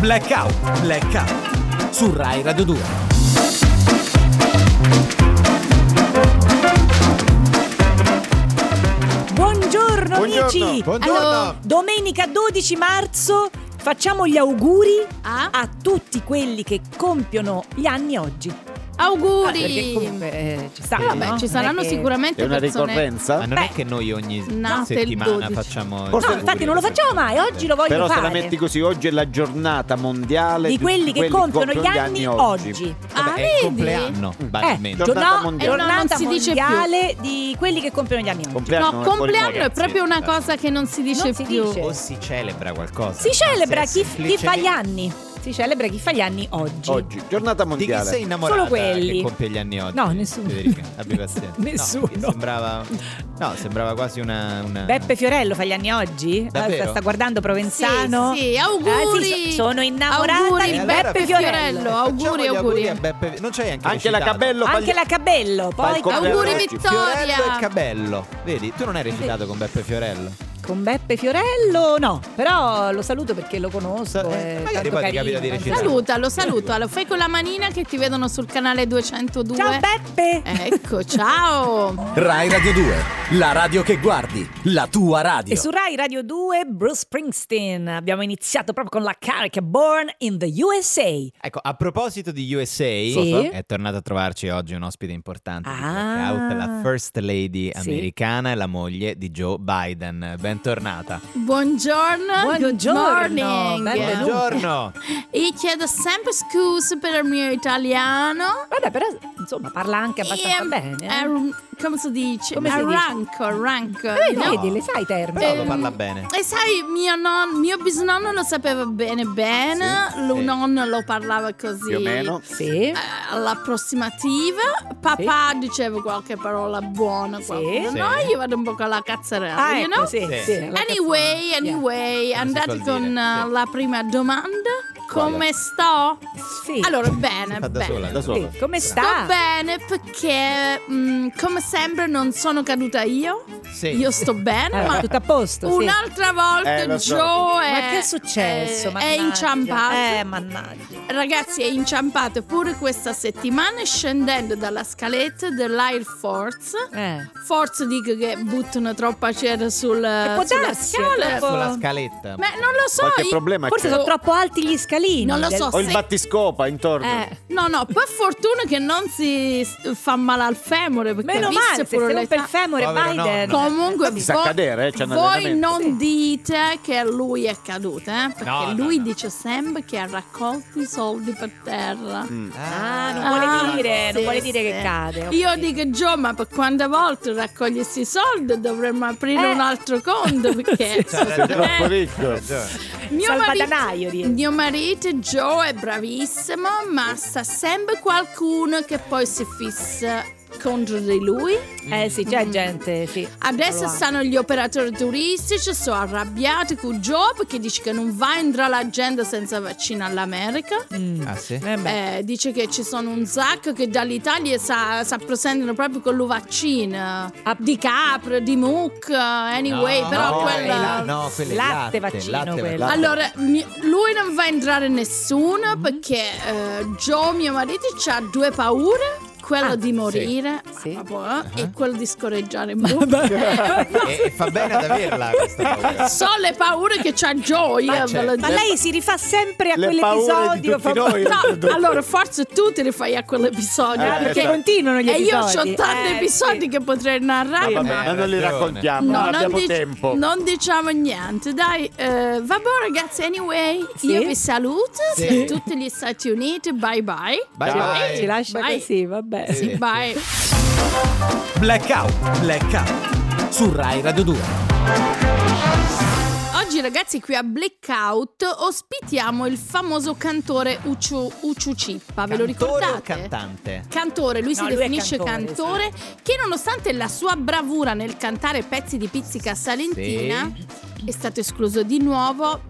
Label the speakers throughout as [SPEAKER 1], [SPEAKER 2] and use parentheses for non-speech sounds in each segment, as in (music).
[SPEAKER 1] Blackout, Blackout su Rai Radio 2.
[SPEAKER 2] Buongiorno, amici!
[SPEAKER 3] Buongiorno.
[SPEAKER 2] Allora, domenica 12 marzo facciamo gli auguri
[SPEAKER 4] Ah?
[SPEAKER 2] a tutti quelli che compiono gli anni oggi. Perché
[SPEAKER 4] Ah, Auguri!
[SPEAKER 2] comunque eh, ci stanno,
[SPEAKER 4] Vabbè,
[SPEAKER 2] no?
[SPEAKER 4] ci
[SPEAKER 2] Non
[SPEAKER 4] saranno
[SPEAKER 2] è che-
[SPEAKER 4] sicuramente
[SPEAKER 3] È una
[SPEAKER 4] persone
[SPEAKER 3] ricorrenza?
[SPEAKER 5] Ma non è che noi ogni
[SPEAKER 4] Nate il
[SPEAKER 5] settimana
[SPEAKER 4] 12.
[SPEAKER 5] facciamo gli
[SPEAKER 2] No,
[SPEAKER 5] auguri
[SPEAKER 2] infatti non
[SPEAKER 5] alle
[SPEAKER 2] lo facciamo
[SPEAKER 5] persone.
[SPEAKER 2] mai, oggi lo voglio
[SPEAKER 3] Però
[SPEAKER 2] fare.
[SPEAKER 3] se la metti così, oggi è la giornata mondiale
[SPEAKER 2] di
[SPEAKER 3] tutti
[SPEAKER 2] quelli che compiono gli anni oggi.
[SPEAKER 4] Ah,
[SPEAKER 5] Vabbè, è il
[SPEAKER 4] vedi?
[SPEAKER 5] compleanno,
[SPEAKER 2] Eh,
[SPEAKER 5] banalmente.
[SPEAKER 3] Giornata
[SPEAKER 2] giorno-
[SPEAKER 3] mondiale.
[SPEAKER 2] giornata
[SPEAKER 4] Eh, no, non si dice più.
[SPEAKER 2] mondiale di quelli che compiono gli anni oggi.
[SPEAKER 3] Compleanno
[SPEAKER 4] No,
[SPEAKER 3] è fuori
[SPEAKER 4] compleanno è
[SPEAKER 3] moda.
[SPEAKER 4] proprio una
[SPEAKER 5] ragazzi.
[SPEAKER 4] cosa che non si dice
[SPEAKER 2] Non si
[SPEAKER 4] più.
[SPEAKER 2] dice.
[SPEAKER 5] o si celebra qualcosa.
[SPEAKER 2] Si celebra
[SPEAKER 5] Ma se
[SPEAKER 2] chi,
[SPEAKER 5] è
[SPEAKER 2] chi
[SPEAKER 5] semplice-
[SPEAKER 2] fa gli anni. Si celebra chi fa gli anni oggi.
[SPEAKER 3] Oggi, giornata
[SPEAKER 5] Di chi
[SPEAKER 3] mondiale.
[SPEAKER 5] sei innamorata
[SPEAKER 2] Solo quelli.
[SPEAKER 5] che compie gli anni oggi?
[SPEAKER 2] No, nessuno.
[SPEAKER 5] Federica, abbi
[SPEAKER 2] (laughs)
[SPEAKER 5] pazienza. No,
[SPEAKER 2] Nessuno.
[SPEAKER 5] mi sembrava No, sembrava quasi una, una...
[SPEAKER 2] Beppe Fiorello fa gli anni oggi? Ah,
[SPEAKER 5] Davvero?
[SPEAKER 2] Sta guardando
[SPEAKER 4] Sì,
[SPEAKER 2] Provenzano.
[SPEAKER 4] sì, auguri!
[SPEAKER 2] Ah, sì, so- sono innamorata
[SPEAKER 4] Auguri,
[SPEAKER 2] di
[SPEAKER 5] E allora
[SPEAKER 2] Beppe
[SPEAKER 5] perché-
[SPEAKER 2] Fiorello.
[SPEAKER 5] Facciamo
[SPEAKER 4] auguri,
[SPEAKER 5] gli
[SPEAKER 4] auguri.
[SPEAKER 5] a Beppe... Non c'hai anche
[SPEAKER 3] Anche la
[SPEAKER 5] recitato.
[SPEAKER 3] Cabello fa gli-
[SPEAKER 2] Anche la Cabello.
[SPEAKER 3] fa
[SPEAKER 2] Poi
[SPEAKER 3] il compleanno
[SPEAKER 4] Auguri,
[SPEAKER 3] oggi.
[SPEAKER 4] Vittorio.
[SPEAKER 5] Fiorello
[SPEAKER 4] Vittoria.
[SPEAKER 5] e Cabello. Vedi, tu non hai recitato con Beppe Fiorello.
[SPEAKER 2] con Beppe Fiorello no, però lo saluto perché lo conosco.
[SPEAKER 5] Sa- eh,
[SPEAKER 2] è
[SPEAKER 5] magari
[SPEAKER 2] tanto
[SPEAKER 5] poi ti
[SPEAKER 2] carino,
[SPEAKER 5] capita di
[SPEAKER 2] tanto-
[SPEAKER 5] recitare.
[SPEAKER 4] Salutalo, salutalo. Fai con la manina che ti vedono sul canale 202.
[SPEAKER 2] Ciao Beppe.
[SPEAKER 4] Ecco, ciao.
[SPEAKER 1] Rai Radio 2, la radio che guardi, la tua radio.
[SPEAKER 2] E su Rai Radio 2 Bruce Springsteen. Abbiamo iniziato proprio con la carica Born in the USA.
[SPEAKER 5] Ecco, a proposito di USA,
[SPEAKER 2] Sì.
[SPEAKER 5] è tornata a trovarci oggi un ospite importante di
[SPEAKER 2] Ah.
[SPEAKER 5] Blackout, la First Lady
[SPEAKER 2] Sì.
[SPEAKER 5] americana e la moglie di Joe Biden. Bentornata.
[SPEAKER 4] Buongiorno. Good
[SPEAKER 2] Buongiorno,
[SPEAKER 4] morning.
[SPEAKER 2] benvenuta.
[SPEAKER 5] Buongiorno.
[SPEAKER 4] Io chiedo sempre scusa per il mio italiano.
[SPEAKER 2] Guarda, però insomma parla anche abbastanza
[SPEAKER 4] Ehm,
[SPEAKER 2] bene. eh.
[SPEAKER 4] ehm, come si dice?
[SPEAKER 2] Come si dice?
[SPEAKER 4] Arranco, arranco.
[SPEAKER 2] Eh,
[SPEAKER 4] no?
[SPEAKER 2] Vedi, le sai i termini.
[SPEAKER 5] Però lo
[SPEAKER 4] Ehm,
[SPEAKER 5] parla bene.
[SPEAKER 4] E sai, mio, non, mio bisnonno lo sapeva bene bene,
[SPEAKER 5] Sì,
[SPEAKER 4] lo
[SPEAKER 5] sì.
[SPEAKER 4] nonno lo parlava così.
[SPEAKER 3] Più o meno.
[SPEAKER 2] Sì.
[SPEAKER 4] eh, All'approssimativa, papà diceva qualche parola buona,
[SPEAKER 2] Sì.
[SPEAKER 4] qualcuno
[SPEAKER 5] Sì.
[SPEAKER 4] no, io vado un po' con la cazzarella,
[SPEAKER 2] Ah,
[SPEAKER 4] eh, you
[SPEAKER 2] ecco,
[SPEAKER 4] know?
[SPEAKER 2] sì,
[SPEAKER 5] Sì.
[SPEAKER 2] sì, la
[SPEAKER 4] Anyway,
[SPEAKER 2] canzone.
[SPEAKER 4] anyway,
[SPEAKER 5] si
[SPEAKER 4] andate
[SPEAKER 5] suol
[SPEAKER 4] con
[SPEAKER 5] dire,
[SPEAKER 4] eh,
[SPEAKER 5] sì.
[SPEAKER 4] la prima domanda.
[SPEAKER 5] Quale?
[SPEAKER 4] Come sto?
[SPEAKER 2] Yeah. Sì.
[SPEAKER 4] Allora, bene,
[SPEAKER 5] fa da
[SPEAKER 4] bene.
[SPEAKER 5] sola,
[SPEAKER 3] Da solo.
[SPEAKER 2] Sì, come
[SPEAKER 4] Sto
[SPEAKER 2] sta?
[SPEAKER 4] bene perché, mm, come sempre, non sono caduta io.
[SPEAKER 5] Sì.
[SPEAKER 4] Io sto bene,
[SPEAKER 2] Allora,
[SPEAKER 4] ma
[SPEAKER 2] tutto a posto, sì.
[SPEAKER 4] un'altra volta
[SPEAKER 3] Eh, lo so.
[SPEAKER 4] Joe è,
[SPEAKER 2] Ma che è successo?
[SPEAKER 4] eh, è- È,
[SPEAKER 2] Mannaggia.
[SPEAKER 4] inciampato.
[SPEAKER 2] Eh, mannaggia.
[SPEAKER 4] Ragazzi, è inciampato pure questa settimana scendendo dalla scaletta dell'Air Force.
[SPEAKER 2] Eh.
[SPEAKER 4] Forse dico che buttano troppa cera sul,
[SPEAKER 2] può
[SPEAKER 4] sulla
[SPEAKER 2] darsi,
[SPEAKER 4] scala.
[SPEAKER 2] eh, può-
[SPEAKER 5] Sulla scaletta.
[SPEAKER 4] Ma non lo so.
[SPEAKER 3] Qualche
[SPEAKER 4] io-
[SPEAKER 3] problema
[SPEAKER 2] Forse
[SPEAKER 3] c'è.
[SPEAKER 2] sono troppo alti gli scalini.
[SPEAKER 4] Non lo so.
[SPEAKER 3] Ho il
[SPEAKER 4] se-
[SPEAKER 3] battiscopa intorno.
[SPEAKER 2] Eh.
[SPEAKER 4] No, no, per fortuna che non si s- fa male al femore. Perché
[SPEAKER 2] Meno
[SPEAKER 4] viste
[SPEAKER 2] male, se
[SPEAKER 4] pure
[SPEAKER 2] sei
[SPEAKER 4] l'età-
[SPEAKER 2] un per femore
[SPEAKER 5] Povero
[SPEAKER 2] Biden.
[SPEAKER 5] nonno.
[SPEAKER 4] Comunque,
[SPEAKER 3] Sa
[SPEAKER 4] voi-
[SPEAKER 3] cadere, eh, c'è un
[SPEAKER 4] voi
[SPEAKER 3] allenamento.
[SPEAKER 4] non dite che lui è caduto, eh? Perché
[SPEAKER 5] No, no,
[SPEAKER 4] lui
[SPEAKER 5] no.
[SPEAKER 4] dice sempre che ha raccolto i soldi per terra.
[SPEAKER 2] Ah, non
[SPEAKER 4] Ah,
[SPEAKER 2] vuole dire, non
[SPEAKER 4] sì,
[SPEAKER 2] vuole dire che
[SPEAKER 4] sì.
[SPEAKER 2] cade. ho
[SPEAKER 4] Io
[SPEAKER 2] capito.
[SPEAKER 4] dico, Gio, ma per quante volte raccogli questi soldi dovremmo aprire
[SPEAKER 2] Eh.
[SPEAKER 4] un altro
[SPEAKER 2] (laughs)
[SPEAKER 4] conto? Perché
[SPEAKER 5] Cioè,
[SPEAKER 3] Sei troppo
[SPEAKER 4] eh,
[SPEAKER 3] ricco.
[SPEAKER 4] mio,
[SPEAKER 2] Salvadanaio,
[SPEAKER 4] marito,
[SPEAKER 2] direi.
[SPEAKER 4] mio marito Gio è bravissimo, ma sta sempre qualcuno che poi si fissa contro di lui.
[SPEAKER 2] Eh sì, c'è gente, sì.
[SPEAKER 4] Mm. Adesso
[SPEAKER 2] Lo
[SPEAKER 4] stanno gli operatori turistici, sono arrabbiati con Joe perché dice che non va in la gente senza vaccino all'America.
[SPEAKER 2] Mm.
[SPEAKER 5] Ah, sì?
[SPEAKER 2] Eh beh.
[SPEAKER 4] Eh, dice che ci sono un sacco che dall'Italia sa- si presentano proprio con lo vaccino
[SPEAKER 2] Ah.
[SPEAKER 4] di capra, di mucca, anyway,
[SPEAKER 5] No,
[SPEAKER 4] però
[SPEAKER 5] no,
[SPEAKER 4] quella...
[SPEAKER 5] quella- no, quello è
[SPEAKER 2] Latte
[SPEAKER 5] latte
[SPEAKER 2] vaccino,
[SPEAKER 5] latte
[SPEAKER 2] quello.
[SPEAKER 5] vaccino.
[SPEAKER 4] Allora, mi- lui non va a entrare nessuno perché eh, Joe, mio marito, ha due paure. Quello
[SPEAKER 2] Ah,
[SPEAKER 4] di morire
[SPEAKER 2] Sì.
[SPEAKER 4] ah, proprio, eh, e quello di scoreggiare in bocca.
[SPEAKER 5] E, e fa bene ad averla questa paura.
[SPEAKER 4] so le paure che c'ha Joe, io ve lo
[SPEAKER 2] Ma
[SPEAKER 4] dico.
[SPEAKER 2] lei si rifà sempre a
[SPEAKER 3] Le paure di
[SPEAKER 2] quell'episodio.
[SPEAKER 3] tutti
[SPEAKER 2] famoso.
[SPEAKER 3] noi.
[SPEAKER 4] (laughs) No, allora forse tu ti rifai a quell'episodio
[SPEAKER 3] Eh,
[SPEAKER 4] perché
[SPEAKER 3] esatto.
[SPEAKER 2] continuano gli
[SPEAKER 4] e io ho
[SPEAKER 2] episodi.
[SPEAKER 4] tanti
[SPEAKER 2] Eh,
[SPEAKER 4] episodi
[SPEAKER 2] sì.
[SPEAKER 4] che potrei
[SPEAKER 3] Ma
[SPEAKER 4] narrare
[SPEAKER 3] vabbè,
[SPEAKER 4] ma
[SPEAKER 3] ma non
[SPEAKER 5] ragione.
[SPEAKER 3] li raccontiamo,
[SPEAKER 4] No,
[SPEAKER 3] non abbiamo
[SPEAKER 4] dic-
[SPEAKER 3] tempo.
[SPEAKER 4] non diciamo niente, dai. eh, vabbè ragazzi, anyway,
[SPEAKER 2] Sì.
[SPEAKER 4] io vi saluto
[SPEAKER 5] Sì.
[SPEAKER 4] da tutti gli Stati Uniti, bye bye.
[SPEAKER 5] Bye
[SPEAKER 3] Ciao.
[SPEAKER 5] bye.
[SPEAKER 2] Ci lascia
[SPEAKER 4] Vai.
[SPEAKER 2] così, vabbè.
[SPEAKER 5] Sì.
[SPEAKER 4] Bye.
[SPEAKER 1] Blackout, Blackout su Rai Radio 2.
[SPEAKER 4] Oggi ragazzi qui a Blackout ospitiamo il famoso cantore Uccio, Uccio Cippa, Ah, ve lo
[SPEAKER 5] Cantore o
[SPEAKER 4] ricordate?
[SPEAKER 5] cantante?
[SPEAKER 4] Cantore,
[SPEAKER 2] No,
[SPEAKER 4] lui si
[SPEAKER 2] lui è
[SPEAKER 4] definisce
[SPEAKER 2] cantore,
[SPEAKER 4] cantore, che nonostante la sua bravura nel cantare pezzi di pizzica salentina è stato escluso di nuovo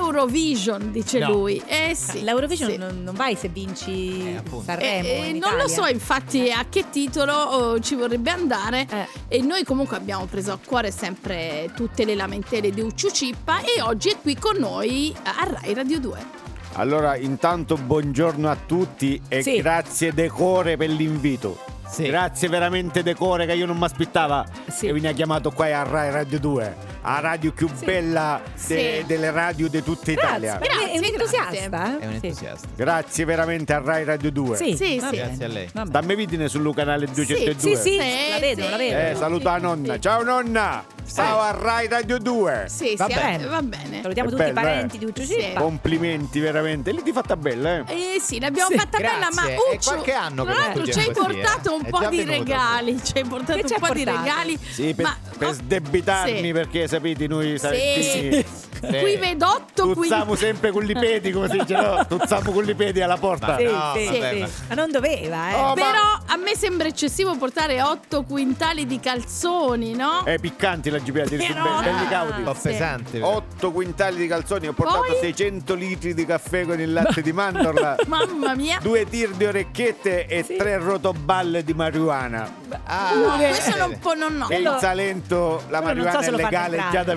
[SPEAKER 4] dall'Eurovision, dice
[SPEAKER 5] No.
[SPEAKER 4] lui. Eh sì.
[SPEAKER 2] Cioè, L'Eurovision
[SPEAKER 4] sì.
[SPEAKER 2] non, non vai se vinci
[SPEAKER 5] Eh, appunto.
[SPEAKER 2] Sanremo.
[SPEAKER 4] Eh, eh,
[SPEAKER 2] in
[SPEAKER 4] non lo so
[SPEAKER 2] Italia.
[SPEAKER 4] infatti a che titolo oh, ci vorrebbe andare
[SPEAKER 2] Eh.
[SPEAKER 4] e noi comunque abbiamo preso a cuore sempre tutte le lamentele di Ucciu Cippa e oggi è qui con noi a Rai Radio 2.
[SPEAKER 3] Allora, intanto buongiorno a tutti e
[SPEAKER 2] Sì.
[SPEAKER 3] grazie decore per l'invito.
[SPEAKER 5] Sì.
[SPEAKER 3] Grazie veramente decore che io non mi aspettavo
[SPEAKER 2] Sì.
[SPEAKER 3] che mi ha chiamato qua a Rai Radio 2, a radio più
[SPEAKER 2] Sì.
[SPEAKER 3] bella de-
[SPEAKER 4] Sì.
[SPEAKER 3] delle radio di tutta Italia.
[SPEAKER 2] Grazie, perché è un
[SPEAKER 4] Grazie,
[SPEAKER 2] entusiasta. eh?
[SPEAKER 5] È un
[SPEAKER 2] Sì.
[SPEAKER 5] entusiasta.
[SPEAKER 4] Ah,
[SPEAKER 3] Grazie veramente a Rai Radio 2.
[SPEAKER 2] Sì,
[SPEAKER 4] Sì,
[SPEAKER 2] va
[SPEAKER 4] sì.
[SPEAKER 2] bene,
[SPEAKER 5] Grazie a lei.
[SPEAKER 2] va bene.
[SPEAKER 3] Dammi vidine sul canale 202.
[SPEAKER 2] Sì, sì,
[SPEAKER 4] Sì,
[SPEAKER 2] la vedo,
[SPEAKER 4] sì.
[SPEAKER 2] la vedo.
[SPEAKER 3] Eh, saluta la nonna. Ciao nonna. Ciao a Rai Radio 2.
[SPEAKER 4] Sì,
[SPEAKER 2] Va
[SPEAKER 4] sì,
[SPEAKER 2] bene.
[SPEAKER 4] eh, va bene.
[SPEAKER 2] Salutiamo
[SPEAKER 3] È
[SPEAKER 2] tutti i
[SPEAKER 3] bello,
[SPEAKER 2] parenti
[SPEAKER 3] eh?
[SPEAKER 2] di Uccio
[SPEAKER 4] Sì.
[SPEAKER 2] Cippa.
[SPEAKER 3] Complimenti veramente. Lì ti fatta bella, eh.
[SPEAKER 4] Eh sì, l'abbiamo
[SPEAKER 2] Sì,
[SPEAKER 4] fatta bella, ma
[SPEAKER 5] grazie. È
[SPEAKER 4] Uccio,
[SPEAKER 5] qualche anno
[SPEAKER 4] tra
[SPEAKER 5] che
[SPEAKER 4] l'altro ci
[SPEAKER 5] festeggiamo
[SPEAKER 4] hai
[SPEAKER 5] così,
[SPEAKER 4] portato
[SPEAKER 5] eh.
[SPEAKER 4] un
[SPEAKER 5] È
[SPEAKER 4] po'
[SPEAKER 5] già
[SPEAKER 4] di
[SPEAKER 5] venuto.
[SPEAKER 4] regali, ci hai portato
[SPEAKER 2] Che ci
[SPEAKER 4] un
[SPEAKER 2] ha
[SPEAKER 4] po' di
[SPEAKER 2] portato?
[SPEAKER 4] regali.
[SPEAKER 3] Sì, per,
[SPEAKER 4] ma-
[SPEAKER 2] oh,
[SPEAKER 3] per sdebitarmi
[SPEAKER 4] Sì.
[SPEAKER 3] perché sapete noi
[SPEAKER 4] Sì.
[SPEAKER 3] salentini
[SPEAKER 4] Qui vedotto, qui
[SPEAKER 3] tuzziamo sempre con i piedi, come si dice,
[SPEAKER 2] (laughs)
[SPEAKER 3] no? Tuzziamo con i piedi alla porta.
[SPEAKER 2] Sì,
[SPEAKER 5] No,
[SPEAKER 2] sì,
[SPEAKER 5] vabbè,
[SPEAKER 2] sì.
[SPEAKER 5] ma-
[SPEAKER 2] Ma non doveva, eh. (laughs)
[SPEAKER 3] Oh, ma-
[SPEAKER 4] Però a me sembra eccessivo portare 8 quintali di calzoni, no?
[SPEAKER 3] È piccante la GPA, ti
[SPEAKER 2] Però-
[SPEAKER 3] belli, belli
[SPEAKER 5] Un
[SPEAKER 3] caudi.
[SPEAKER 5] po'
[SPEAKER 4] Sì.
[SPEAKER 5] pesante.
[SPEAKER 3] 8 quintali di calzoni, ho portato
[SPEAKER 4] Poi?
[SPEAKER 3] 600 litri di caffè con il latte
[SPEAKER 2] (laughs)
[SPEAKER 3] di mandorla,
[SPEAKER 4] Mamma mia.
[SPEAKER 3] (laughs) due tir di orecchiette e tre rotoballe di marijuana.
[SPEAKER 5] Ah,
[SPEAKER 4] No, Uh, questo non può non no.
[SPEAKER 3] E in
[SPEAKER 2] Quello-
[SPEAKER 3] Salento la
[SPEAKER 2] quello non
[SPEAKER 3] marijuana
[SPEAKER 2] so se
[SPEAKER 3] è
[SPEAKER 2] lo fanno
[SPEAKER 3] legale
[SPEAKER 2] entrare.
[SPEAKER 3] già da
[SPEAKER 2] (laughs)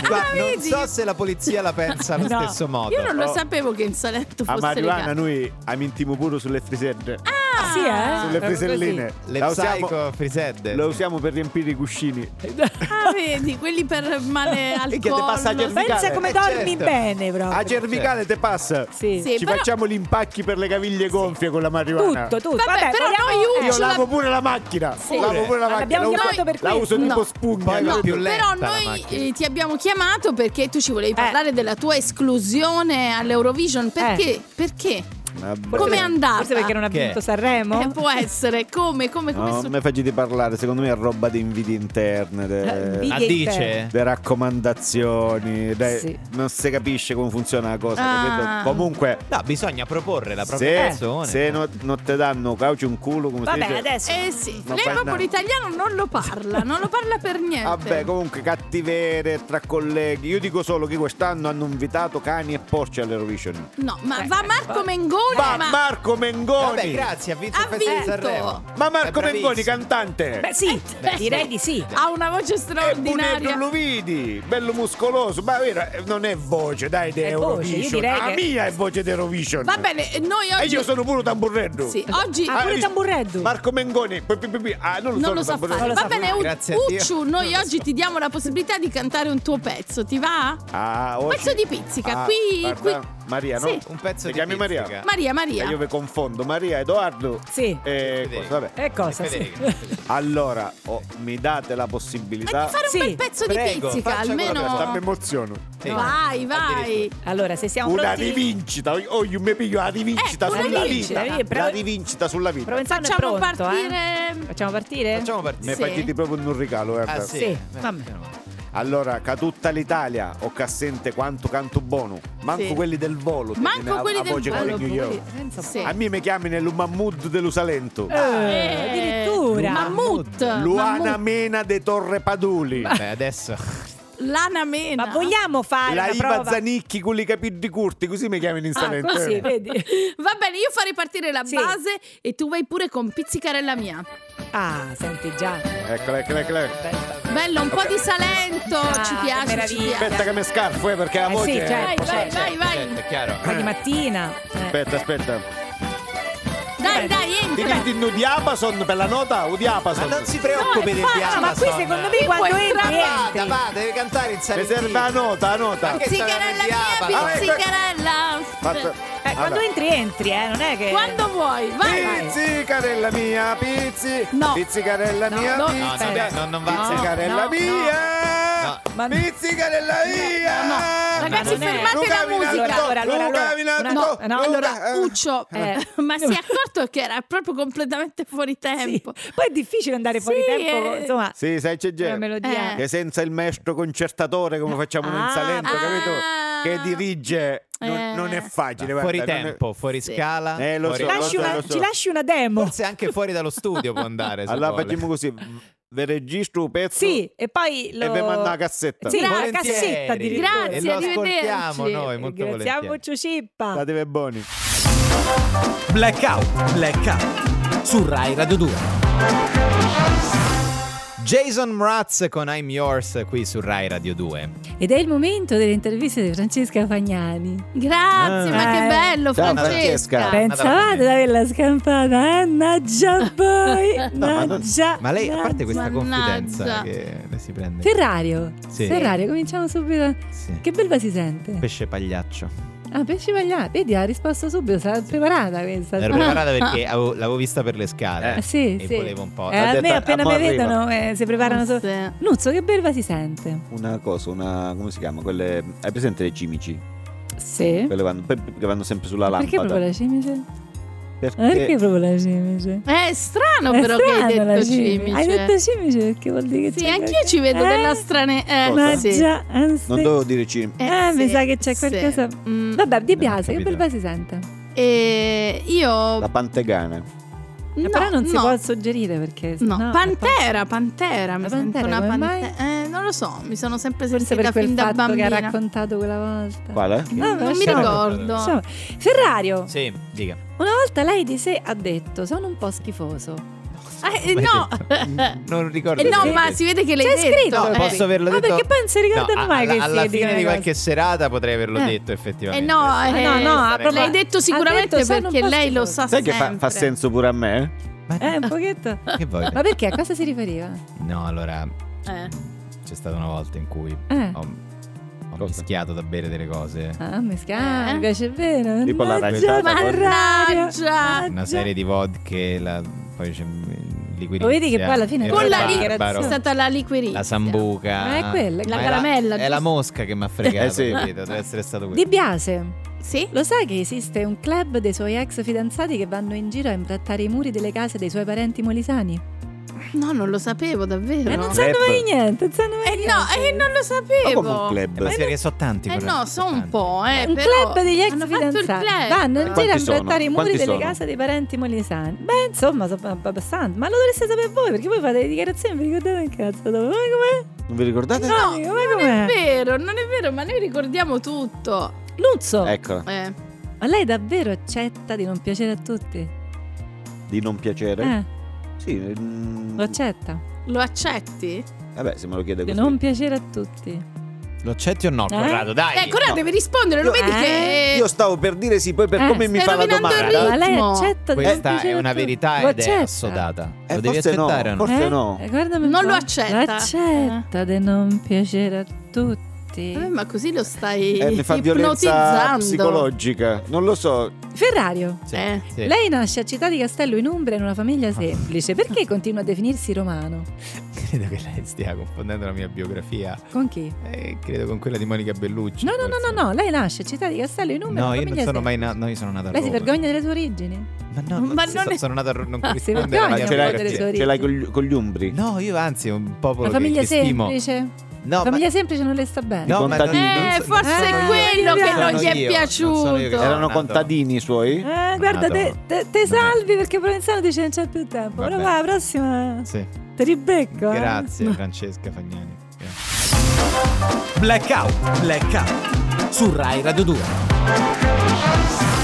[SPEAKER 5] (laughs) Guarda, non
[SPEAKER 4] vedi?
[SPEAKER 5] so se la polizia la pensa
[SPEAKER 4] (laughs)
[SPEAKER 5] allo
[SPEAKER 2] No.
[SPEAKER 5] stesso modo.
[SPEAKER 4] Io non lo
[SPEAKER 3] Oh. Ah,
[SPEAKER 4] sapevo che in Salento
[SPEAKER 3] A
[SPEAKER 4] fosse
[SPEAKER 3] marijuana
[SPEAKER 4] legale.
[SPEAKER 3] noi amintimo pure sulle friselle.
[SPEAKER 4] Ah,
[SPEAKER 2] Sì, eh?
[SPEAKER 3] sulle
[SPEAKER 2] proprio
[SPEAKER 3] friselline.
[SPEAKER 5] Le
[SPEAKER 3] La
[SPEAKER 5] psycho
[SPEAKER 3] usiamo,
[SPEAKER 5] frisette.
[SPEAKER 3] la usiamo per riempire i cuscini.
[SPEAKER 2] Oh,
[SPEAKER 4] Ah, vedi, quelli per male al
[SPEAKER 3] Che te passa
[SPEAKER 4] collo.
[SPEAKER 3] gli
[SPEAKER 2] Pensa
[SPEAKER 3] Certo. Ah,
[SPEAKER 2] come
[SPEAKER 5] Eh,
[SPEAKER 2] dormi
[SPEAKER 5] certo.
[SPEAKER 2] bene, proprio.
[SPEAKER 3] A cervicale te passa.
[SPEAKER 2] Sì.
[SPEAKER 4] Sì,
[SPEAKER 3] Ci
[SPEAKER 4] però-
[SPEAKER 3] facciamo gli impacchi per le caviglie gonfie con la marijuana.
[SPEAKER 2] Tutto, tutto.
[SPEAKER 4] Vabbè, però
[SPEAKER 2] vogliamo- eh,
[SPEAKER 4] noi
[SPEAKER 3] Io
[SPEAKER 4] ce la-
[SPEAKER 3] lavo pure la macchina.
[SPEAKER 2] Sì.
[SPEAKER 3] Lavo pure la
[SPEAKER 2] Ma
[SPEAKER 3] macchina.
[SPEAKER 2] l'abbiamo
[SPEAKER 3] La uso-
[SPEAKER 2] chiamato per
[SPEAKER 3] la
[SPEAKER 2] questo.
[SPEAKER 3] uso tipo
[SPEAKER 4] No.
[SPEAKER 3] spugna.
[SPEAKER 5] Poi va
[SPEAKER 4] No,
[SPEAKER 5] più lenta
[SPEAKER 4] però
[SPEAKER 5] la
[SPEAKER 4] noi
[SPEAKER 5] macchina.
[SPEAKER 4] eh, ti abbiamo chiamato perché tu ci
[SPEAKER 2] Eh.
[SPEAKER 4] volevi parlare della tua esclusione all'Eurovision. Perché? Perché?
[SPEAKER 3] Vabbè.
[SPEAKER 4] Come è
[SPEAKER 2] Forse-
[SPEAKER 4] andata?
[SPEAKER 2] Forse perché non ha
[SPEAKER 5] Che?
[SPEAKER 2] vinto Sanremo?
[SPEAKER 4] Eh, può essere. Come? Come? Come?
[SPEAKER 3] No,
[SPEAKER 4] suc-
[SPEAKER 3] mi facci di parlare, secondo me è roba di invidie interne,
[SPEAKER 2] Eh,
[SPEAKER 3] de-
[SPEAKER 2] vi-
[SPEAKER 5] Ah, dice?
[SPEAKER 3] de raccomandazioni, de-
[SPEAKER 2] Sì.
[SPEAKER 3] non si capisce come funziona la cosa.
[SPEAKER 4] Ah.
[SPEAKER 3] capito? Comunque,
[SPEAKER 5] No, bisogna proporre la propria
[SPEAKER 3] se,
[SPEAKER 5] canzone.
[SPEAKER 3] se no- non te danno cauci un culo, come si
[SPEAKER 2] Vabbè,
[SPEAKER 3] dice?
[SPEAKER 2] adesso.
[SPEAKER 4] Eh sì,
[SPEAKER 3] No,
[SPEAKER 4] lei
[SPEAKER 3] poi
[SPEAKER 4] proprio
[SPEAKER 3] no.
[SPEAKER 4] l'italiano non lo parla, non lo parla per niente.
[SPEAKER 3] Vabbè, comunque cattivere tra colleghi. Io dico solo che quest'anno hanno invitato cani e porci all'Eurovision.
[SPEAKER 4] No, ma
[SPEAKER 2] Eh,
[SPEAKER 4] va
[SPEAKER 2] eh,
[SPEAKER 4] Marco
[SPEAKER 2] va-
[SPEAKER 4] Mengoni,
[SPEAKER 3] Ma
[SPEAKER 4] ma
[SPEAKER 3] Marco Mengoni!
[SPEAKER 5] Vabbè, grazie, ha vinto
[SPEAKER 4] Ha
[SPEAKER 5] il Festival di
[SPEAKER 4] vinto.
[SPEAKER 5] Sanremo.
[SPEAKER 3] Ma
[SPEAKER 5] È
[SPEAKER 3] Marco
[SPEAKER 5] bravissimo.
[SPEAKER 3] Mengoni, cantante!
[SPEAKER 2] Beh, sì, direi di sì.
[SPEAKER 4] ha una voce
[SPEAKER 3] E Bunello
[SPEAKER 4] straordinaria.
[SPEAKER 3] lo vedi, bello muscoloso, ma vero, eh, non è voce, dai, di
[SPEAKER 2] È voce, io
[SPEAKER 3] Eurovision.
[SPEAKER 2] direi
[SPEAKER 3] La
[SPEAKER 2] che-
[SPEAKER 3] mia è voce di Eurovision.
[SPEAKER 4] Va bene, eh, noi
[SPEAKER 3] E
[SPEAKER 4] oggi
[SPEAKER 3] io sono pure tamburreddo.
[SPEAKER 4] Sì, oggi
[SPEAKER 2] Ah, pure
[SPEAKER 3] visto?
[SPEAKER 2] Tamburreddu.
[SPEAKER 3] Marco Mengoni, pi- pi- pi- pi- ah, non lo so.
[SPEAKER 4] non lo sa
[SPEAKER 3] tamburreddu.
[SPEAKER 4] fare.
[SPEAKER 2] lo
[SPEAKER 4] Va
[SPEAKER 2] sa
[SPEAKER 4] bene,
[SPEAKER 5] fare.
[SPEAKER 4] U-
[SPEAKER 5] Grazie a Dio.
[SPEAKER 4] Ucciu, noi oggi ti diamo la possibilità di cantare un tuo pezzo, ti va?
[SPEAKER 3] Ah, oggi-
[SPEAKER 4] Pezzo di pizzica,
[SPEAKER 3] Ah,
[SPEAKER 4] qui-
[SPEAKER 3] guarda,
[SPEAKER 4] qui-
[SPEAKER 3] Maria, no?
[SPEAKER 4] Sì.
[SPEAKER 5] Un pezzo
[SPEAKER 3] Ti
[SPEAKER 5] di
[SPEAKER 3] chiami Maria?
[SPEAKER 5] pizzica.
[SPEAKER 4] Maria,
[SPEAKER 3] Eh,
[SPEAKER 4] Maria.
[SPEAKER 3] Io vi confondo, Maria, Edoardo.
[SPEAKER 2] Sì.
[SPEAKER 3] Eh,
[SPEAKER 5] Federico.
[SPEAKER 3] cosa- vabbè.
[SPEAKER 2] E cosa?
[SPEAKER 5] E
[SPEAKER 2] Sì.
[SPEAKER 5] Federica.
[SPEAKER 3] Allora, oh, mi date la
[SPEAKER 4] Ma
[SPEAKER 3] possibilità. Eh,
[SPEAKER 4] di fare un
[SPEAKER 2] Sì,
[SPEAKER 4] bel pezzo
[SPEAKER 5] prego,
[SPEAKER 4] di pizzica,
[SPEAKER 5] faccia quello
[SPEAKER 4] almeno.
[SPEAKER 5] che
[SPEAKER 3] Sta, mi emoziono.
[SPEAKER 5] Sì.
[SPEAKER 4] Vai, vai.
[SPEAKER 2] (laughs) Allora, se siamo
[SPEAKER 3] Una
[SPEAKER 2] pronti...
[SPEAKER 3] rivincita, oh, oh, io mi piglio la rivincita
[SPEAKER 4] Eh, una
[SPEAKER 3] sulla
[SPEAKER 2] rivincita,
[SPEAKER 3] vita.
[SPEAKER 2] eh, però-
[SPEAKER 3] La rivincita sulla vita.
[SPEAKER 2] Provenzano è
[SPEAKER 4] Facciamo
[SPEAKER 2] pronto,
[SPEAKER 4] partire-
[SPEAKER 2] eh? Facciamo partire?
[SPEAKER 5] Facciamo partire.
[SPEAKER 3] Mi
[SPEAKER 4] Sì.
[SPEAKER 3] fai partiti proprio in un regalo, guarda.
[SPEAKER 5] Ah, sì.
[SPEAKER 2] Sì,
[SPEAKER 5] Eh,
[SPEAKER 2] vabbè.
[SPEAKER 5] meno male.
[SPEAKER 3] Allora, ca tutta l'Italia, o cassente quanto canto buono, manco
[SPEAKER 4] Sì.
[SPEAKER 3] quelli del volo, te
[SPEAKER 4] Manco
[SPEAKER 3] ne ha-
[SPEAKER 4] quelli
[SPEAKER 3] a
[SPEAKER 4] del
[SPEAKER 3] voce
[SPEAKER 4] volo,
[SPEAKER 3] con il New
[SPEAKER 2] pure.
[SPEAKER 3] York.
[SPEAKER 2] Pensa un po'.
[SPEAKER 4] Sì.
[SPEAKER 3] A me mi chiami nel Mammud dello Salento.
[SPEAKER 2] Eh, addirittura.
[SPEAKER 4] Mammut.
[SPEAKER 3] Luana
[SPEAKER 4] Mammut.
[SPEAKER 3] Mena de Torre Paduli.
[SPEAKER 5] Beh, adesso
[SPEAKER 4] Lana Mena.
[SPEAKER 2] Ma vogliamo fare
[SPEAKER 3] La
[SPEAKER 2] una
[SPEAKER 3] Iva
[SPEAKER 2] prova?
[SPEAKER 3] Zanicchi con i capelli curti, così mi chiamano in
[SPEAKER 2] Ah,
[SPEAKER 3] Salento.
[SPEAKER 2] così,
[SPEAKER 3] eh.
[SPEAKER 2] vedi?
[SPEAKER 4] Va bene, io farei partire la
[SPEAKER 2] Sì.
[SPEAKER 4] base e tu vai pure con pizzicarella mia.
[SPEAKER 2] Ah, senti già.
[SPEAKER 3] Eccola, eccola, eccola.
[SPEAKER 4] Bello, un po' di Salento,
[SPEAKER 2] Ah,
[SPEAKER 4] ci
[SPEAKER 2] che
[SPEAKER 4] piace, ci
[SPEAKER 2] meraviglia.
[SPEAKER 4] piace.
[SPEAKER 3] Aspetta che mi scarfo, eh, perché la
[SPEAKER 2] Eh,
[SPEAKER 3] voce...
[SPEAKER 2] sì,
[SPEAKER 3] è-
[SPEAKER 2] certo.
[SPEAKER 4] Vai, vai, vai,
[SPEAKER 5] certo,
[SPEAKER 4] vai.
[SPEAKER 3] Eh,
[SPEAKER 5] è chiaro.
[SPEAKER 2] Poi di mattina. eh.
[SPEAKER 3] Aspetta, aspetta.
[SPEAKER 4] Dai, dai,
[SPEAKER 3] Ti
[SPEAKER 4] entra.
[SPEAKER 3] metti in un diapason per la nota? Un
[SPEAKER 5] Ma
[SPEAKER 3] diapason.
[SPEAKER 5] non si preoccupi
[SPEAKER 4] No,
[SPEAKER 5] del
[SPEAKER 4] infatti,
[SPEAKER 5] piano.
[SPEAKER 2] Ah, ma qui secondo me
[SPEAKER 4] Ti
[SPEAKER 2] quando
[SPEAKER 4] puoi
[SPEAKER 2] entri,
[SPEAKER 5] Vada,
[SPEAKER 2] entri.
[SPEAKER 5] va, deve cantare in
[SPEAKER 3] Mi
[SPEAKER 5] salentino.
[SPEAKER 3] serve la nota, la nota.
[SPEAKER 5] Ma che-
[SPEAKER 4] Pizzicarella mia,
[SPEAKER 5] Ah,
[SPEAKER 3] ecco.
[SPEAKER 4] pizzicarella.
[SPEAKER 3] Fatto-
[SPEAKER 2] Eh, quando
[SPEAKER 3] Allora.
[SPEAKER 2] entri, entri, eh, non è che...
[SPEAKER 4] Quando vuoi, vai. vai.
[SPEAKER 3] Pizzicarella mia, pizzi.
[SPEAKER 4] No.
[SPEAKER 3] Pizzicarella
[SPEAKER 4] No,
[SPEAKER 3] mia,
[SPEAKER 4] no,
[SPEAKER 5] No,
[SPEAKER 3] pizzi.
[SPEAKER 5] no,
[SPEAKER 2] Aspetta.
[SPEAKER 5] no, no, non va.
[SPEAKER 2] No.
[SPEAKER 3] Pizzicarella
[SPEAKER 2] no,
[SPEAKER 3] mia.
[SPEAKER 5] no.
[SPEAKER 2] Ma-
[SPEAKER 3] Pizzicarella mia.
[SPEAKER 4] No, no. Ragazzi,
[SPEAKER 2] non è-
[SPEAKER 4] fermate
[SPEAKER 3] Luca
[SPEAKER 4] la musica.
[SPEAKER 3] Minardo,
[SPEAKER 2] Allora, allora, allora.
[SPEAKER 3] Luca Minardo,
[SPEAKER 2] Una- no,
[SPEAKER 3] Luca-
[SPEAKER 4] Allora,
[SPEAKER 3] eh.
[SPEAKER 4] Uccio,
[SPEAKER 2] Eh.
[SPEAKER 4] (laughs) ma si è accorto che era proprio completamente fuori
[SPEAKER 2] (laughs) Sì.
[SPEAKER 4] tempo.
[SPEAKER 2] Poi è difficile andare fuori
[SPEAKER 4] Sì,
[SPEAKER 2] tempo,
[SPEAKER 4] eh.
[SPEAKER 2] insomma,
[SPEAKER 3] Sì, sai c'è
[SPEAKER 2] una
[SPEAKER 3] gente
[SPEAKER 2] melodia.
[SPEAKER 4] Eh.
[SPEAKER 3] che senza il maestro concertatore come facciamo noi
[SPEAKER 2] Ah,
[SPEAKER 3] in Salento,
[SPEAKER 4] ah.
[SPEAKER 3] capito? Che dirige non,
[SPEAKER 4] Eh.
[SPEAKER 3] non è facile, guarda,
[SPEAKER 5] Fuori
[SPEAKER 3] non è-
[SPEAKER 5] tempo, fuori
[SPEAKER 4] Sì.
[SPEAKER 5] scala.
[SPEAKER 3] Eh, lo
[SPEAKER 5] fuori-
[SPEAKER 3] so,
[SPEAKER 2] Lasci
[SPEAKER 3] lo so,
[SPEAKER 2] una-
[SPEAKER 3] lo so.
[SPEAKER 2] Ci lasci una demo.
[SPEAKER 5] (laughs) Forse anche fuori dallo studio può andare. se
[SPEAKER 3] Allora
[SPEAKER 5] vuole.
[SPEAKER 3] facciamo così, vi registro un pezzo
[SPEAKER 2] Sì, e poi lo...
[SPEAKER 3] e vi mando la cassetta.
[SPEAKER 2] Sì, la
[SPEAKER 5] Volentieri.
[SPEAKER 2] cassetta addirittura.
[SPEAKER 4] Grazie,
[SPEAKER 5] E lo
[SPEAKER 4] arrivederci.
[SPEAKER 5] ascoltiamo noi, molto
[SPEAKER 2] Ringraziamo
[SPEAKER 5] volentieri.
[SPEAKER 2] Ciucippa.
[SPEAKER 3] Statevi buoni.
[SPEAKER 1] Blackout, blackout su Rai Radio 2.
[SPEAKER 5] Jason Mraz con I'm Yours qui su Rai Radio 2.
[SPEAKER 2] Ed è il momento delle interviste di Francesca Fagnani.
[SPEAKER 4] Grazie,
[SPEAKER 5] Ah.
[SPEAKER 4] ma che
[SPEAKER 2] Eh.
[SPEAKER 4] bello,
[SPEAKER 3] Ciao,
[SPEAKER 4] Francesca.
[SPEAKER 3] Francesca.
[SPEAKER 5] Beh,
[SPEAKER 2] Pensavate di averla
[SPEAKER 5] (laughs)
[SPEAKER 2] scampata, mannaggia voi, mannaggia.
[SPEAKER 5] Ma lei, a parte questa
[SPEAKER 4] Mannaggia.
[SPEAKER 5] confidenza che le si prende.
[SPEAKER 2] Ferrario,
[SPEAKER 5] Sì.
[SPEAKER 2] Ferrario, cominciamo subito.
[SPEAKER 5] Sì.
[SPEAKER 2] Che belva si sente?
[SPEAKER 5] Pesce pagliaccio.
[SPEAKER 2] Ah, pesci pagliati, vedi, ha risposto subito, sarà preparata questa.
[SPEAKER 5] Ero
[SPEAKER 2] Ah,
[SPEAKER 5] preparata perché avevo- l'avevo vista per le scale.
[SPEAKER 2] ah, sì,
[SPEAKER 5] e
[SPEAKER 2] sì.
[SPEAKER 5] volevo un po'.
[SPEAKER 2] Eh,
[SPEAKER 3] Ha
[SPEAKER 2] a me
[SPEAKER 3] detto,
[SPEAKER 2] appena
[SPEAKER 3] "Ah, mo
[SPEAKER 2] mi
[SPEAKER 3] arriva".
[SPEAKER 2] vedono eh, si preparano
[SPEAKER 4] Sì.
[SPEAKER 2] so- Nuzzo, che belva si sente?
[SPEAKER 3] Una cosa, una. come si chiama? Quelle. Hai presente le cimici?
[SPEAKER 2] Sì.
[SPEAKER 3] Quelle vanno, pe- pe- che vanno sempre sulla
[SPEAKER 2] Perché
[SPEAKER 3] lampada.
[SPEAKER 2] proprio la cimice?
[SPEAKER 3] Perché?
[SPEAKER 2] Ma
[SPEAKER 5] Eh.
[SPEAKER 2] Perché proprio la cimice?
[SPEAKER 4] È strano
[SPEAKER 2] È
[SPEAKER 4] però
[SPEAKER 2] strano
[SPEAKER 4] che hai
[SPEAKER 2] la
[SPEAKER 4] detto
[SPEAKER 2] cimice.
[SPEAKER 4] cimice.
[SPEAKER 2] Hai detto cimice perché vuol dire che
[SPEAKER 4] Sì,
[SPEAKER 2] c'è
[SPEAKER 4] anch'io
[SPEAKER 2] qualche-
[SPEAKER 4] ci vedo
[SPEAKER 2] Eh?
[SPEAKER 4] della strane... Eh,
[SPEAKER 3] Cosa?
[SPEAKER 4] sì.
[SPEAKER 2] Mannaggia, anzi.
[SPEAKER 3] Non dovevo dire cimici.
[SPEAKER 2] Eh, mi sa che c'è
[SPEAKER 4] sì.
[SPEAKER 2] qualcosa-
[SPEAKER 4] Mm.
[SPEAKER 2] Vabbè,
[SPEAKER 5] Non
[SPEAKER 2] di
[SPEAKER 5] ho
[SPEAKER 2] Biase, che
[SPEAKER 5] capito.
[SPEAKER 2] belva si sente?
[SPEAKER 4] E io...
[SPEAKER 3] La pantegana.
[SPEAKER 2] Eh,
[SPEAKER 4] no,
[SPEAKER 2] Però non si
[SPEAKER 4] no,
[SPEAKER 2] può suggerire perché...
[SPEAKER 4] No,
[SPEAKER 2] sennò-
[SPEAKER 4] pantera, pantera, mi
[SPEAKER 2] La
[SPEAKER 4] sento
[SPEAKER 2] pantera,
[SPEAKER 4] una
[SPEAKER 2] come
[SPEAKER 4] pantera. Eh, non lo so, mi sono sempre
[SPEAKER 2] Forse
[SPEAKER 4] sentita
[SPEAKER 2] per quel
[SPEAKER 4] fin da
[SPEAKER 2] fatto che ha
[SPEAKER 4] bambina.
[SPEAKER 2] raccontato quella volta.
[SPEAKER 3] Quale?
[SPEAKER 2] Ah,
[SPEAKER 4] Non mi
[SPEAKER 2] lasciamo-
[SPEAKER 4] ricordo.
[SPEAKER 2] lasciamo. Ferrario,
[SPEAKER 5] Sì, dica.
[SPEAKER 2] una volta lei di sé ha detto sono un po' schifoso.
[SPEAKER 4] Eh, eh,
[SPEAKER 3] (laughs)
[SPEAKER 4] no. (laughs)
[SPEAKER 5] non ricordo.
[SPEAKER 4] Eh, no,
[SPEAKER 5] bene.
[SPEAKER 4] ma si vede che l'hai
[SPEAKER 2] C'è
[SPEAKER 4] detto.
[SPEAKER 2] Cioè, scritto,
[SPEAKER 4] eh.
[SPEAKER 2] vabbè.
[SPEAKER 5] Posso averlo
[SPEAKER 2] Ah,
[SPEAKER 5] detto?
[SPEAKER 2] perché poi non si ricordano
[SPEAKER 5] No,
[SPEAKER 2] mai
[SPEAKER 5] alla,
[SPEAKER 2] questi
[SPEAKER 5] alla
[SPEAKER 2] che
[SPEAKER 5] fine
[SPEAKER 2] dicono
[SPEAKER 5] di
[SPEAKER 2] le
[SPEAKER 5] qualche
[SPEAKER 2] cose.
[SPEAKER 5] serata potrei averlo
[SPEAKER 2] Eh.
[SPEAKER 5] detto
[SPEAKER 4] Eh
[SPEAKER 5] effettivamente.
[SPEAKER 4] no, eh,
[SPEAKER 2] no, no, ha proprio-
[SPEAKER 4] l'hai detto sicuramente
[SPEAKER 2] ha detto, sono
[SPEAKER 4] perché
[SPEAKER 2] un po'
[SPEAKER 4] lei lo
[SPEAKER 2] schifoso.
[SPEAKER 4] sa
[SPEAKER 3] Sai
[SPEAKER 4] sempre.
[SPEAKER 3] che fa, fa senso pure a me?
[SPEAKER 2] Eh, un pochetto.
[SPEAKER 5] Che vuoi?
[SPEAKER 2] Ma perché? A cosa si riferiva?
[SPEAKER 5] No, allora
[SPEAKER 4] Eh.
[SPEAKER 5] c'è stata una volta in cui
[SPEAKER 2] Eh.
[SPEAKER 5] ho, ho
[SPEAKER 3] Cosa?
[SPEAKER 5] mischiato da bere delle cose.
[SPEAKER 2] Ah, mescano,
[SPEAKER 4] Eh?
[SPEAKER 2] mi piace bene.
[SPEAKER 3] Tipo la
[SPEAKER 2] mannaggia,
[SPEAKER 3] ragnatata, forse.
[SPEAKER 2] Ferrario,
[SPEAKER 4] Mannaggia.
[SPEAKER 2] mannaggia.
[SPEAKER 5] Una serie di vodka, la, poi c'è il liquirizia.
[SPEAKER 2] Lo vedi che poi alla fine
[SPEAKER 5] il
[SPEAKER 2] con
[SPEAKER 4] la
[SPEAKER 5] Barbaro,
[SPEAKER 2] dichiarazione-
[SPEAKER 4] È stata la liquirizia.
[SPEAKER 5] la sambuca.
[SPEAKER 2] Ma è quella,
[SPEAKER 5] Ma
[SPEAKER 2] la
[SPEAKER 5] è
[SPEAKER 4] caramella,
[SPEAKER 5] È la
[SPEAKER 4] giusto?
[SPEAKER 5] mosca che mi ha fregato,
[SPEAKER 3] Eh sì.
[SPEAKER 5] capito? Deve essere stato quello.
[SPEAKER 2] Di Biase.
[SPEAKER 4] Sì?
[SPEAKER 2] Lo sai che esiste un club dei suoi ex fidanzati che vanno in giro a imbrattare i muri delle case dei suoi parenti molisani?
[SPEAKER 4] No, non lo sapevo davvero.
[SPEAKER 2] E non
[SPEAKER 3] Un
[SPEAKER 2] sanno
[SPEAKER 3] club.
[SPEAKER 2] mai niente, non sanno mai
[SPEAKER 4] Eh
[SPEAKER 2] niente.
[SPEAKER 4] no, eh, non lo
[SPEAKER 3] Ma
[SPEAKER 4] sapevo.
[SPEAKER 3] come
[SPEAKER 2] boh.
[SPEAKER 3] un club.
[SPEAKER 5] Eh, ma sì, perché sono tanti.
[SPEAKER 4] Eh
[SPEAKER 5] però,
[SPEAKER 4] no, so un
[SPEAKER 5] tanti.
[SPEAKER 4] po', eh.
[SPEAKER 2] un
[SPEAKER 4] però
[SPEAKER 2] club degli ex
[SPEAKER 4] hanno
[SPEAKER 2] fidanzati
[SPEAKER 4] fatto il
[SPEAKER 2] vanno in
[SPEAKER 4] club.
[SPEAKER 2] giro a
[SPEAKER 3] Quanti sono?
[SPEAKER 2] imbrattare i muri
[SPEAKER 3] Quanti
[SPEAKER 2] delle
[SPEAKER 3] sono?
[SPEAKER 2] case dei parenti molisani. Beh, insomma, so- abbastanza. Ma lo dovreste sapere voi perché voi fate le dichiarazioni e vi ricordate un cazzo dopo. Come com'è?
[SPEAKER 3] Non vi ricordate?
[SPEAKER 2] No,
[SPEAKER 4] No,
[SPEAKER 2] com'è
[SPEAKER 4] non è
[SPEAKER 2] com'è?
[SPEAKER 4] vero, non è vero, ma noi ricordiamo tutto.
[SPEAKER 2] Luzzo,
[SPEAKER 5] Ecco.
[SPEAKER 3] Eccola.
[SPEAKER 4] Eh.
[SPEAKER 2] ma lei davvero accetta di non piacere a tutti?
[SPEAKER 3] Di non piacere?
[SPEAKER 2] Eh,
[SPEAKER 3] Sì. mm,
[SPEAKER 2] lo accetta?
[SPEAKER 4] Lo accetti?
[SPEAKER 3] Vabbè, se me lo chiede
[SPEAKER 2] Di
[SPEAKER 3] così.
[SPEAKER 2] non piacere a tutti.
[SPEAKER 5] Lo accetti o no, Corrado? Dai!
[SPEAKER 4] Eh, Corrado
[SPEAKER 3] no.
[SPEAKER 4] deve rispondere, lo
[SPEAKER 3] Io-
[SPEAKER 4] vedi
[SPEAKER 2] Eh,
[SPEAKER 4] che...
[SPEAKER 3] Io stavo per dire sì, poi per
[SPEAKER 2] Eh,
[SPEAKER 3] come mi
[SPEAKER 4] stai
[SPEAKER 3] fa la
[SPEAKER 4] rovinando il
[SPEAKER 3] domanda.
[SPEAKER 2] Ma lei
[SPEAKER 4] Ritmo.
[SPEAKER 2] accetta di non
[SPEAKER 5] Questa
[SPEAKER 2] piacere
[SPEAKER 5] è
[SPEAKER 2] a
[SPEAKER 5] una
[SPEAKER 2] tutti?
[SPEAKER 5] verità
[SPEAKER 2] eh, Lo
[SPEAKER 5] ed è
[SPEAKER 2] accetta?
[SPEAKER 5] assodata.
[SPEAKER 3] Eh,
[SPEAKER 5] lo devi
[SPEAKER 3] forse no,
[SPEAKER 5] accettare o no?
[SPEAKER 3] forse-
[SPEAKER 2] Eh?
[SPEAKER 3] no.
[SPEAKER 2] Eh, guardami un
[SPEAKER 4] Non
[SPEAKER 2] po'.
[SPEAKER 4] lo accetta.
[SPEAKER 2] Accetta di non piacere a tutti.
[SPEAKER 4] Vabbè, Eh, ma così lo stai
[SPEAKER 3] Eh, mi fa violenza
[SPEAKER 4] ipnotizzando.
[SPEAKER 3] psicologica. Non lo so.
[SPEAKER 2] Ferrario.
[SPEAKER 5] Sì,
[SPEAKER 4] Eh.
[SPEAKER 5] sì. Ah.
[SPEAKER 2] Lei nasce a Città di Castello in Umbria in una famiglia semplice. Perché continua a definirsi romano?
[SPEAKER 5] (laughs) Credo che lei stia confondendo la mia biografia.
[SPEAKER 2] Con chi?
[SPEAKER 5] eh, credo con quella di Monica Bellucci.
[SPEAKER 2] No, no, no, no,
[SPEAKER 5] forse.
[SPEAKER 2] no. Lei nasce a Città di Castello in Umbria
[SPEAKER 5] No, io
[SPEAKER 2] in una
[SPEAKER 5] non
[SPEAKER 2] famiglia
[SPEAKER 5] sono mai
[SPEAKER 2] semplice.
[SPEAKER 5] nato. No, io sono nato a
[SPEAKER 2] Lei si
[SPEAKER 5] Roma.
[SPEAKER 2] vergogna delle sue origini?
[SPEAKER 5] Ma no,
[SPEAKER 4] Ma
[SPEAKER 5] non,
[SPEAKER 4] non
[SPEAKER 5] so-
[SPEAKER 4] è-
[SPEAKER 5] sono nato a Roma. Non
[SPEAKER 2] Ah, si
[SPEAKER 5] corrisponde alla
[SPEAKER 2] vergogna
[SPEAKER 5] mia
[SPEAKER 2] un po'
[SPEAKER 3] ce l'hai,
[SPEAKER 2] delle
[SPEAKER 5] biografia.
[SPEAKER 2] sue
[SPEAKER 3] ce l'hai con gli, con gli umbri.
[SPEAKER 5] No, io anzi, un
[SPEAKER 2] La
[SPEAKER 5] popolo che,
[SPEAKER 2] famiglia
[SPEAKER 5] che stimo.
[SPEAKER 2] semplice?
[SPEAKER 5] No,
[SPEAKER 2] la
[SPEAKER 5] ma
[SPEAKER 2] famiglia semplice non le sta bene.
[SPEAKER 5] No, ma non-
[SPEAKER 3] Contadini.
[SPEAKER 5] non
[SPEAKER 4] Eh,
[SPEAKER 5] so-
[SPEAKER 4] forse
[SPEAKER 5] non
[SPEAKER 4] è
[SPEAKER 5] sono
[SPEAKER 4] quello
[SPEAKER 5] io,
[SPEAKER 4] che
[SPEAKER 5] non
[SPEAKER 4] non
[SPEAKER 5] sono io,
[SPEAKER 4] gli è
[SPEAKER 5] non sono io che
[SPEAKER 4] piaciuto.
[SPEAKER 5] sono
[SPEAKER 3] Erano
[SPEAKER 5] nato.
[SPEAKER 3] contadini i suoi?
[SPEAKER 2] Eh, guarda, te,
[SPEAKER 5] Madonna.
[SPEAKER 2] te-
[SPEAKER 5] Vabbè.
[SPEAKER 2] te salvi perché Provenzano dice non c'è più tempo.
[SPEAKER 5] Vabbè.
[SPEAKER 2] Però qua la prossima
[SPEAKER 5] Sì.
[SPEAKER 2] ti ribecco. eh.
[SPEAKER 5] Grazie, Francesca Fagnani. Grazie.
[SPEAKER 6] Blackout, blackout. Su Rai Radio 2.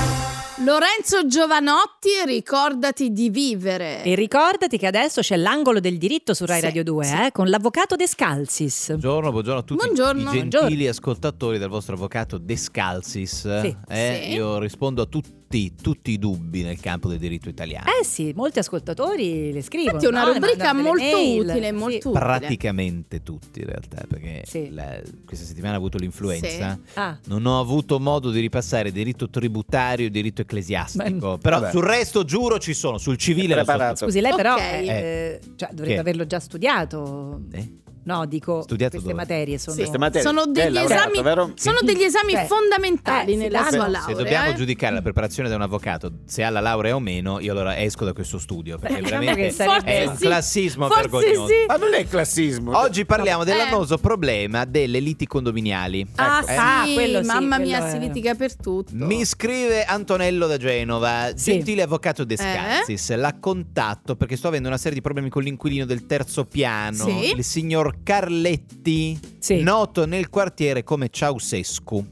[SPEAKER 4] Lorenzo Giovanotti, ricordati di vivere.
[SPEAKER 7] E ricordati che adesso c'è l'angolo del diritto su Rai
[SPEAKER 4] Sì,
[SPEAKER 7] Radio 2, eh, con l'avvocato De Scalzis.
[SPEAKER 5] Buongiorno, buongiorno a tutti
[SPEAKER 4] Buongiorno.
[SPEAKER 5] i gentili ascoltatori del vostro avvocato De Scalzis.
[SPEAKER 7] Sì.
[SPEAKER 5] Eh,
[SPEAKER 4] Sì.
[SPEAKER 5] Io rispondo a tutti, tutti i dubbi nel campo del diritto italiano.
[SPEAKER 7] Eh sì, molti ascoltatori le scrivono.
[SPEAKER 4] Infatti è una
[SPEAKER 7] no? Le
[SPEAKER 4] rubrica
[SPEAKER 7] mandano delle
[SPEAKER 4] molto
[SPEAKER 7] mail.
[SPEAKER 4] utile,
[SPEAKER 7] Sì.
[SPEAKER 4] molto utile.
[SPEAKER 5] Praticamente tutti in realtà, perché
[SPEAKER 7] Sì.
[SPEAKER 5] la- questa settimana ho avuto l'influenza.
[SPEAKER 7] Ah,
[SPEAKER 5] Non ho avuto modo di ripassare diritto tributario e diritto ecclesiastico. Però
[SPEAKER 3] Vabbè.
[SPEAKER 5] sul resto giuro ci sono, sul civile lo so.
[SPEAKER 3] Preparato.
[SPEAKER 7] scusi, lei
[SPEAKER 4] Ok.
[SPEAKER 7] però eh, eh, cioè, dovrebbe
[SPEAKER 5] Che?
[SPEAKER 7] averlo già studiato.
[SPEAKER 5] Eh?
[SPEAKER 7] No, dico,
[SPEAKER 5] Studiato
[SPEAKER 7] queste
[SPEAKER 5] dove?
[SPEAKER 7] materie sono...
[SPEAKER 4] Sì.
[SPEAKER 3] Queste materie.
[SPEAKER 4] Sono
[SPEAKER 3] Lei è
[SPEAKER 4] degli
[SPEAKER 3] laureato,
[SPEAKER 4] esami-
[SPEAKER 3] vero?
[SPEAKER 4] Sono degli esami
[SPEAKER 7] Cioè,
[SPEAKER 4] fondamentali
[SPEAKER 7] eh, sì,
[SPEAKER 4] nella
[SPEAKER 7] la-
[SPEAKER 4] sua
[SPEAKER 7] se
[SPEAKER 4] laurea.
[SPEAKER 5] Se dobbiamo
[SPEAKER 4] eh.
[SPEAKER 5] giudicare la preparazione di un avvocato, se ha la laurea o meno, io allora esco da questo studio. Perché
[SPEAKER 2] Beh, diciamo
[SPEAKER 5] veramente
[SPEAKER 2] che sarebbe-
[SPEAKER 5] è un
[SPEAKER 4] Forse sì.
[SPEAKER 5] classismo
[SPEAKER 4] Forse
[SPEAKER 5] vergognoso. Eh,
[SPEAKER 4] sì.
[SPEAKER 3] Ma non è classismo.
[SPEAKER 5] Oggi parliamo
[SPEAKER 4] No,
[SPEAKER 5] dell'annoso problema delle liti condominiali.
[SPEAKER 4] Ah,
[SPEAKER 5] Ecco,
[SPEAKER 4] sì,
[SPEAKER 5] eh.
[SPEAKER 7] Ah, quello sì,
[SPEAKER 4] mamma
[SPEAKER 7] quello
[SPEAKER 4] mia,
[SPEAKER 7] è-
[SPEAKER 4] si litiga per tutto.
[SPEAKER 5] Mi scrive Antonello da Genova,
[SPEAKER 7] Sì.
[SPEAKER 5] gentile avvocato De Scalzis, la contatto perché sto avendo una serie di problemi con l'inquilino del terzo piano,
[SPEAKER 4] Sì.
[SPEAKER 5] il signor Carletti,
[SPEAKER 7] Sì.
[SPEAKER 5] noto nel quartiere come Ceausescu.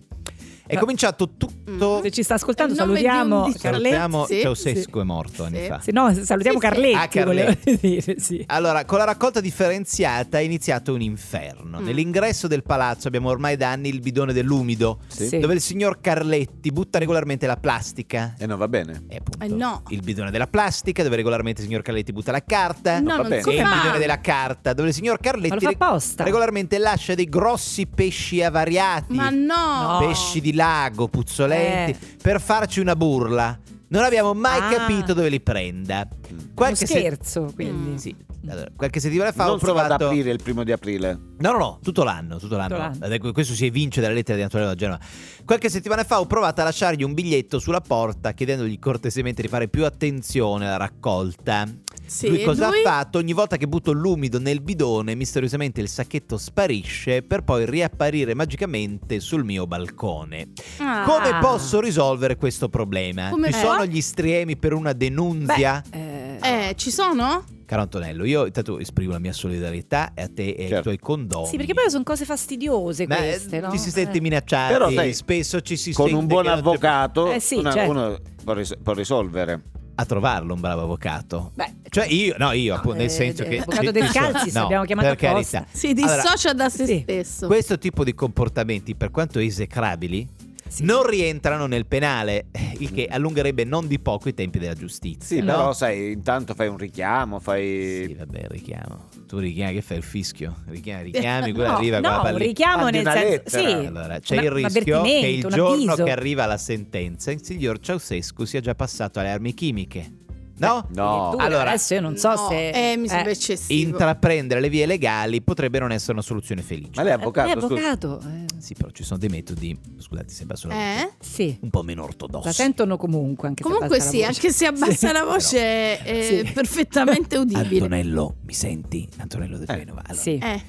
[SPEAKER 5] È
[SPEAKER 7] Ma-
[SPEAKER 5] cominciato tutto fatto.
[SPEAKER 2] Mm.
[SPEAKER 8] Se ci sta ascoltando,
[SPEAKER 4] Nel nome di un
[SPEAKER 8] salutiamo
[SPEAKER 2] Cioè,
[SPEAKER 4] dito.
[SPEAKER 8] Carletti.
[SPEAKER 5] Salutiamo
[SPEAKER 4] Sì,
[SPEAKER 5] Ceausescu,
[SPEAKER 8] sì.
[SPEAKER 5] è morto anni
[SPEAKER 4] Sì.
[SPEAKER 5] fa.
[SPEAKER 8] Sì, no, salutiamo
[SPEAKER 4] Sì, sì.
[SPEAKER 8] Carletti,
[SPEAKER 5] Ah, Carletti.
[SPEAKER 7] (laughs)
[SPEAKER 8] volevo dire, sì.
[SPEAKER 5] Allora, con la raccolta differenziata è iniziato un inferno.
[SPEAKER 4] Mm.
[SPEAKER 5] Nell'ingresso del palazzo abbiamo ormai da anni il bidone dell'umido,
[SPEAKER 8] Sì.
[SPEAKER 5] dove il signor Carletti butta regolarmente la plastica.
[SPEAKER 3] E non va bene.
[SPEAKER 5] E appunto,
[SPEAKER 4] Eh, no.
[SPEAKER 5] il bidone della plastica, dove regolarmente il signor Carletti butta la carta.
[SPEAKER 4] No,
[SPEAKER 3] va
[SPEAKER 4] non
[SPEAKER 3] bene.
[SPEAKER 4] si
[SPEAKER 5] E il
[SPEAKER 4] fa.
[SPEAKER 5] bidone della carta, dove il signor
[SPEAKER 8] Ma lo
[SPEAKER 5] Carletti
[SPEAKER 8] fa apposta.
[SPEAKER 5] regolarmente lascia dei grossi pesci avariati.
[SPEAKER 4] Ma no.
[SPEAKER 5] pesci di lago, puzzolenti,
[SPEAKER 8] Eh.
[SPEAKER 5] per farci una burla. Non abbiamo mai
[SPEAKER 8] Ah. Mm.
[SPEAKER 5] capito dove li prenda.
[SPEAKER 8] Uno
[SPEAKER 5] se- Mm.
[SPEAKER 8] scherzo,
[SPEAKER 4] Mm.
[SPEAKER 8] quindi.
[SPEAKER 5] Sì.
[SPEAKER 7] Mm.
[SPEAKER 5] Allora, qualche settimana fa
[SPEAKER 3] non
[SPEAKER 5] ho
[SPEAKER 3] si va ad
[SPEAKER 5] provato.
[SPEAKER 3] aprire il primo di aprile.
[SPEAKER 5] No, no, no, tutto l'anno, tutto l'anno.
[SPEAKER 8] l'anno.
[SPEAKER 5] Ed ecco, Questo si evince dalla lettera di Antonello da Genova. Qualche settimana fa ho provato a lasciargli un biglietto sulla porta chiedendogli cortesemente di fare più attenzione alla raccolta.
[SPEAKER 4] Sì,
[SPEAKER 5] lui cosa
[SPEAKER 4] lui?
[SPEAKER 5] ha fatto? Ogni volta che butto l'umido nel bidone, misteriosamente il sacchetto sparisce per poi riapparire magicamente sul mio balcone.
[SPEAKER 4] Ah.
[SPEAKER 5] Come posso risolvere questo problema?
[SPEAKER 4] Come
[SPEAKER 5] Ci
[SPEAKER 4] fa?
[SPEAKER 5] sono gli stremi per una denunzia?
[SPEAKER 8] Eh,
[SPEAKER 4] Eh, ci sono?
[SPEAKER 5] Caro Antonello, io intanto esprimo la mia solidarietà e a te e ai
[SPEAKER 3] Certo.
[SPEAKER 5] tuoi condomi.
[SPEAKER 8] sì, perché poi sono cose fastidiose
[SPEAKER 5] Ma, eh,
[SPEAKER 8] queste, no?
[SPEAKER 5] Ci si sente
[SPEAKER 8] Eh.
[SPEAKER 5] minacciati,
[SPEAKER 3] Però, sai,
[SPEAKER 5] spesso ci si
[SPEAKER 3] Con
[SPEAKER 5] sente
[SPEAKER 3] un buon
[SPEAKER 5] che non te-
[SPEAKER 3] avvocato
[SPEAKER 8] Eh sì,
[SPEAKER 3] una-
[SPEAKER 8] certo.
[SPEAKER 3] uno può, ris- può risolvere.
[SPEAKER 5] a trovarlo un bravo avvocato.
[SPEAKER 8] Beh,
[SPEAKER 5] Cioè io, no io appunto,
[SPEAKER 8] eh,
[SPEAKER 5] nel senso
[SPEAKER 8] eh,
[SPEAKER 5] che...
[SPEAKER 8] avvocato
[SPEAKER 5] ci- (laughs)
[SPEAKER 8] del
[SPEAKER 5] ci sono-
[SPEAKER 8] Calcis,
[SPEAKER 5] no,
[SPEAKER 8] abbiamo chiamato
[SPEAKER 5] per carità.
[SPEAKER 8] apposta.
[SPEAKER 4] Si
[SPEAKER 5] Allora,
[SPEAKER 4] dissocia da se
[SPEAKER 8] sì.
[SPEAKER 4] stesso.
[SPEAKER 5] Questo tipo di comportamenti, per quanto esecrabili,
[SPEAKER 8] Sì.
[SPEAKER 5] non rientrano nel penale, eh, il che allungherebbe non di poco i tempi della giustizia.
[SPEAKER 3] Sì,
[SPEAKER 5] no?
[SPEAKER 3] però sai, intanto fai un richiamo, fai...
[SPEAKER 5] Sì, vabbè, richiamo. Tu richiami, che fai il fischio? Richiami,
[SPEAKER 8] (laughs)
[SPEAKER 5] richiami, quella arriva,
[SPEAKER 8] no,
[SPEAKER 5] quella
[SPEAKER 8] un
[SPEAKER 5] pallina.
[SPEAKER 8] richiamo
[SPEAKER 3] Mandi
[SPEAKER 8] nel
[SPEAKER 3] una
[SPEAKER 8] senso...
[SPEAKER 3] lettera.
[SPEAKER 8] Sì.
[SPEAKER 5] Allora, c'è
[SPEAKER 8] Una-
[SPEAKER 5] il
[SPEAKER 8] un
[SPEAKER 5] rischio che il
[SPEAKER 8] avvertimento, un
[SPEAKER 5] giorno
[SPEAKER 8] avviso.
[SPEAKER 5] che arriva la sentenza il signor Ceausescu sia già passato alle armi chimiche. No?
[SPEAKER 3] No,
[SPEAKER 8] Addirittura,
[SPEAKER 5] Allora,
[SPEAKER 8] adesso io non so
[SPEAKER 4] No,
[SPEAKER 8] se...
[SPEAKER 4] eh, mi sembra
[SPEAKER 8] eh,
[SPEAKER 4] eccessivo.
[SPEAKER 5] Intraprendere le vie legali potrebbe non essere una soluzione felice.
[SPEAKER 3] ma lei è
[SPEAKER 8] eh,
[SPEAKER 3] avvocato, scusa.
[SPEAKER 8] avvocato, eh,
[SPEAKER 5] Sì, però ci sono dei metodi, scusate, sembra solo
[SPEAKER 4] Eh?
[SPEAKER 8] sì.
[SPEAKER 5] un po' meno
[SPEAKER 8] La
[SPEAKER 5] ortodossi.
[SPEAKER 8] sentono comunque, anche se
[SPEAKER 4] Comunque
[SPEAKER 8] abbassa la
[SPEAKER 4] sì,
[SPEAKER 8] voce.
[SPEAKER 4] anche se abbassa
[SPEAKER 8] Sì.
[SPEAKER 4] la voce è
[SPEAKER 8] Sì.
[SPEAKER 4] perfettamente udibile.
[SPEAKER 5] Antonello, mi senti? Antonello De
[SPEAKER 3] Eh.
[SPEAKER 5] Genova. Allora,
[SPEAKER 8] Sì.
[SPEAKER 4] Eh,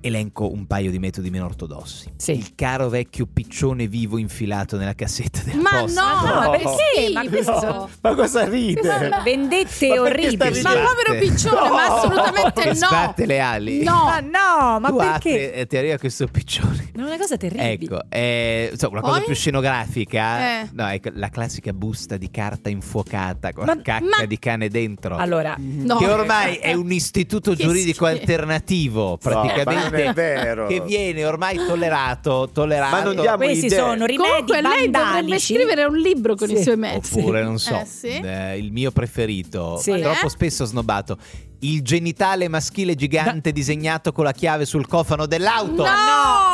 [SPEAKER 5] elenco un paio di metodi meno ortodossi.
[SPEAKER 8] Sì.
[SPEAKER 5] Il caro vecchio piccione vivo infilato nella cassetta della
[SPEAKER 4] Ma
[SPEAKER 5] posta.
[SPEAKER 4] no,
[SPEAKER 3] No.
[SPEAKER 4] ma
[SPEAKER 8] Perché?
[SPEAKER 4] perché?
[SPEAKER 8] Ma
[SPEAKER 3] (laughs)
[SPEAKER 8] questi sono
[SPEAKER 3] Ma cosa
[SPEAKER 5] (laughs)
[SPEAKER 3] ride?
[SPEAKER 8] sono vendette
[SPEAKER 3] Ma perché
[SPEAKER 8] orribili.
[SPEAKER 3] stavi-
[SPEAKER 4] Ma povero piccione, ma assolutamente
[SPEAKER 5] Che
[SPEAKER 4] no.
[SPEAKER 5] sbatte le ali.
[SPEAKER 4] No.
[SPEAKER 8] Ma no, ma
[SPEAKER 5] tu
[SPEAKER 8] perché?
[SPEAKER 5] apri e ti arriva questo piccione.
[SPEAKER 8] È una cosa terribile.
[SPEAKER 5] Ecco, eh, insomma, una cosa
[SPEAKER 4] Poi?
[SPEAKER 5] più scenografica.
[SPEAKER 4] Eh.
[SPEAKER 5] No, ecco, la classica busta di carta infuocata con
[SPEAKER 8] Ma-
[SPEAKER 5] la cacca
[SPEAKER 4] ma-
[SPEAKER 5] di cane dentro.
[SPEAKER 8] Allora,
[SPEAKER 4] No.
[SPEAKER 5] Che ormai è un istituto
[SPEAKER 4] (laughs) Che
[SPEAKER 5] giuridico
[SPEAKER 4] schifo.
[SPEAKER 5] alternativo,
[SPEAKER 3] ma non
[SPEAKER 5] praticamente.
[SPEAKER 3] è vero.
[SPEAKER 5] Che viene ormai tollerato, tollerato.
[SPEAKER 3] Ma non diamo
[SPEAKER 8] questi
[SPEAKER 3] idea.
[SPEAKER 8] sono rimedi
[SPEAKER 4] Comunque lei dovrebbe
[SPEAKER 8] vandalici.
[SPEAKER 4] scrivere un libro con
[SPEAKER 8] Sì.
[SPEAKER 4] i suoi mezzi.
[SPEAKER 5] Oppure, non so,
[SPEAKER 4] Eh, sì.
[SPEAKER 5] eh, il mio preferito,
[SPEAKER 8] Sì. Qual
[SPEAKER 4] è?
[SPEAKER 5] troppo spesso snobbato, il genitale maschile gigante disegnato con la chiave sul cofano dell'auto.
[SPEAKER 4] No!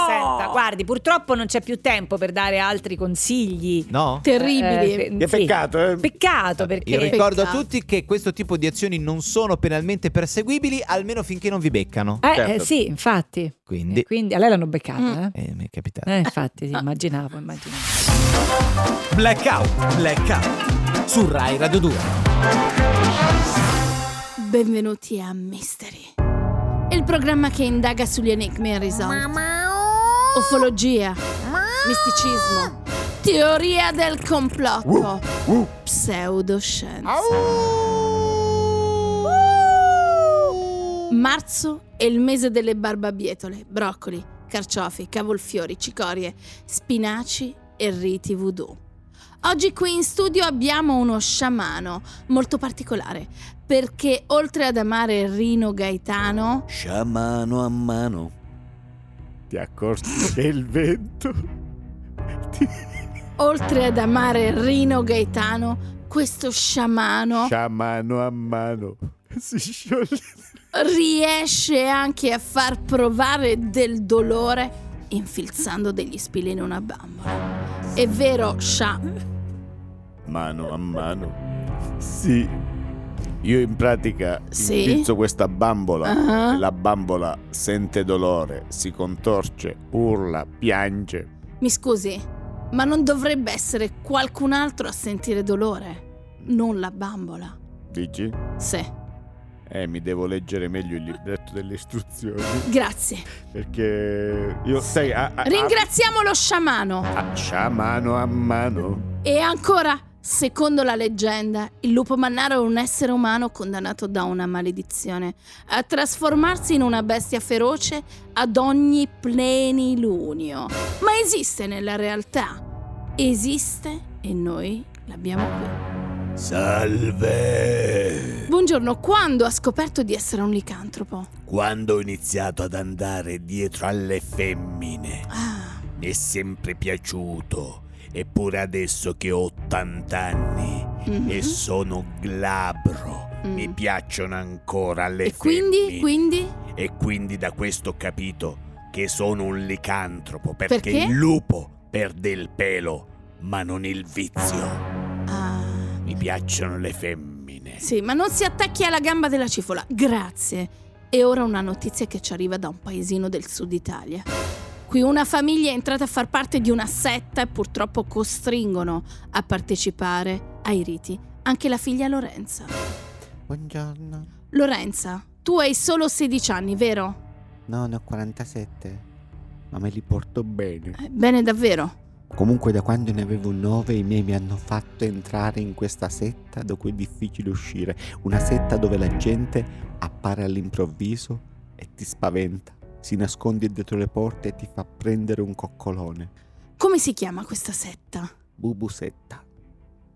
[SPEAKER 8] No, senta, guardi, purtroppo non c'è più tempo per dare altri consigli.
[SPEAKER 5] No?
[SPEAKER 4] Terribili.
[SPEAKER 8] Eh,
[SPEAKER 3] Che
[SPEAKER 8] sì.
[SPEAKER 3] peccato, eh.
[SPEAKER 8] Peccato
[SPEAKER 5] Ah, Esatto. Io
[SPEAKER 8] perché
[SPEAKER 5] ricordo a
[SPEAKER 1] Esatto.
[SPEAKER 4] Peccato.
[SPEAKER 5] tutti che questo tipo di azioni non sono penalmente perseguibili, almeno finché non vi beccano.
[SPEAKER 8] Eh, eh,
[SPEAKER 3] Certo.
[SPEAKER 8] sì, infatti.
[SPEAKER 5] Quindi,
[SPEAKER 8] Eh, quindi a lei l'hanno beccata,
[SPEAKER 4] Mm.
[SPEAKER 8] eh?
[SPEAKER 5] eh, mi è capitato.
[SPEAKER 8] Eh, infatti, sì, immaginavo, immaginavo.
[SPEAKER 1] Blackout, blackout. Su Rai Radio 2.
[SPEAKER 4] Benvenuti a Mystery. Il programma che indaga sugli enigmi irrisolti. Ufologia. Misticismo. Teoria del complotto. Pseudoscienza. Uh! Marzo è il mese delle barbabietole, broccoli, carciofi, cavolfiori, cicorie, spinaci e riti voodoo. Oggi qui in studio abbiamo uno sciamano molto particolare, perché oltre ad amare Rino Gaetano,
[SPEAKER 3] Sciamano a mano. Ti accorgi che il vento?
[SPEAKER 4] oltre ad amare Rino Gaetano, questo sciamano
[SPEAKER 3] Sciamano a mano. Si scioglie.
[SPEAKER 4] riesce anche a far provare del dolore infilzando degli spilli in una bambola. È vero, Sha,
[SPEAKER 3] Mano a mano. Sì. Io in pratica
[SPEAKER 4] Sì.
[SPEAKER 3] infilzo questa bambola.
[SPEAKER 4] Ah.
[SPEAKER 3] La bambola sente dolore, si contorce, urla, piange.
[SPEAKER 4] mi scusi, ma non dovrebbe essere qualcun altro a sentire dolore, non la bambola.
[SPEAKER 3] Dici?
[SPEAKER 4] Sì,
[SPEAKER 3] Eh, mi devo leggere meglio il libretto delle istruzioni. Ah,
[SPEAKER 4] grazie.
[SPEAKER 3] Perché io sai. A, a- a-
[SPEAKER 4] Ringraziamo lo sciamano.
[SPEAKER 3] a- sciamano a mano.
[SPEAKER 4] E ancora, secondo la leggenda, il lupo mannaro è un essere umano condannato da una maledizione a trasformarsi in una bestia feroce ad ogni plenilunio. Ma esiste nella realtà? esiste e noi l'abbiamo qui.
[SPEAKER 9] Salve!
[SPEAKER 4] Buongiorno, quando ha scoperto di essere un licantropo?
[SPEAKER 9] Quando ho iniziato ad andare dietro alle femmine,
[SPEAKER 4] Ah,
[SPEAKER 9] mi è sempre piaciuto. Eppure adesso che ho 80 anni
[SPEAKER 4] mhm.
[SPEAKER 9] e sono glabro,
[SPEAKER 4] Mm.
[SPEAKER 9] mi piacciono ancora le
[SPEAKER 4] E
[SPEAKER 9] femmine.
[SPEAKER 4] quindi, quindi?
[SPEAKER 9] E quindi da questo ho capito che sono un licantropo perché,
[SPEAKER 4] Perché?
[SPEAKER 9] il lupo perde il pelo, ma non il vizio.
[SPEAKER 4] Ah,
[SPEAKER 9] Mi piacciono le femmine.
[SPEAKER 4] sì, ma non si attacchi alla gamba della cifola, grazie. E ora una notizia che ci arriva da un paesino del sud Italia. Qui una famiglia è entrata a far parte di una setta e purtroppo costringono a partecipare ai riti anche la figlia Lorenza.
[SPEAKER 10] Buongiorno.
[SPEAKER 4] Lorenza, tu hai solo 16 anni, vero?
[SPEAKER 10] No, ne ho 47. Ma me li porto bene.
[SPEAKER 4] Eh, Bene, davvero.
[SPEAKER 10] Comunque da quando ne avevo 9 i miei mi hanno fatto entrare in questa setta da cui è difficile uscire. Una setta dove la gente appare all'improvviso e ti spaventa. Si nasconde dietro le porte e ti fa prendere un coccolone.
[SPEAKER 4] Come si chiama questa setta?
[SPEAKER 10] Bubu setta.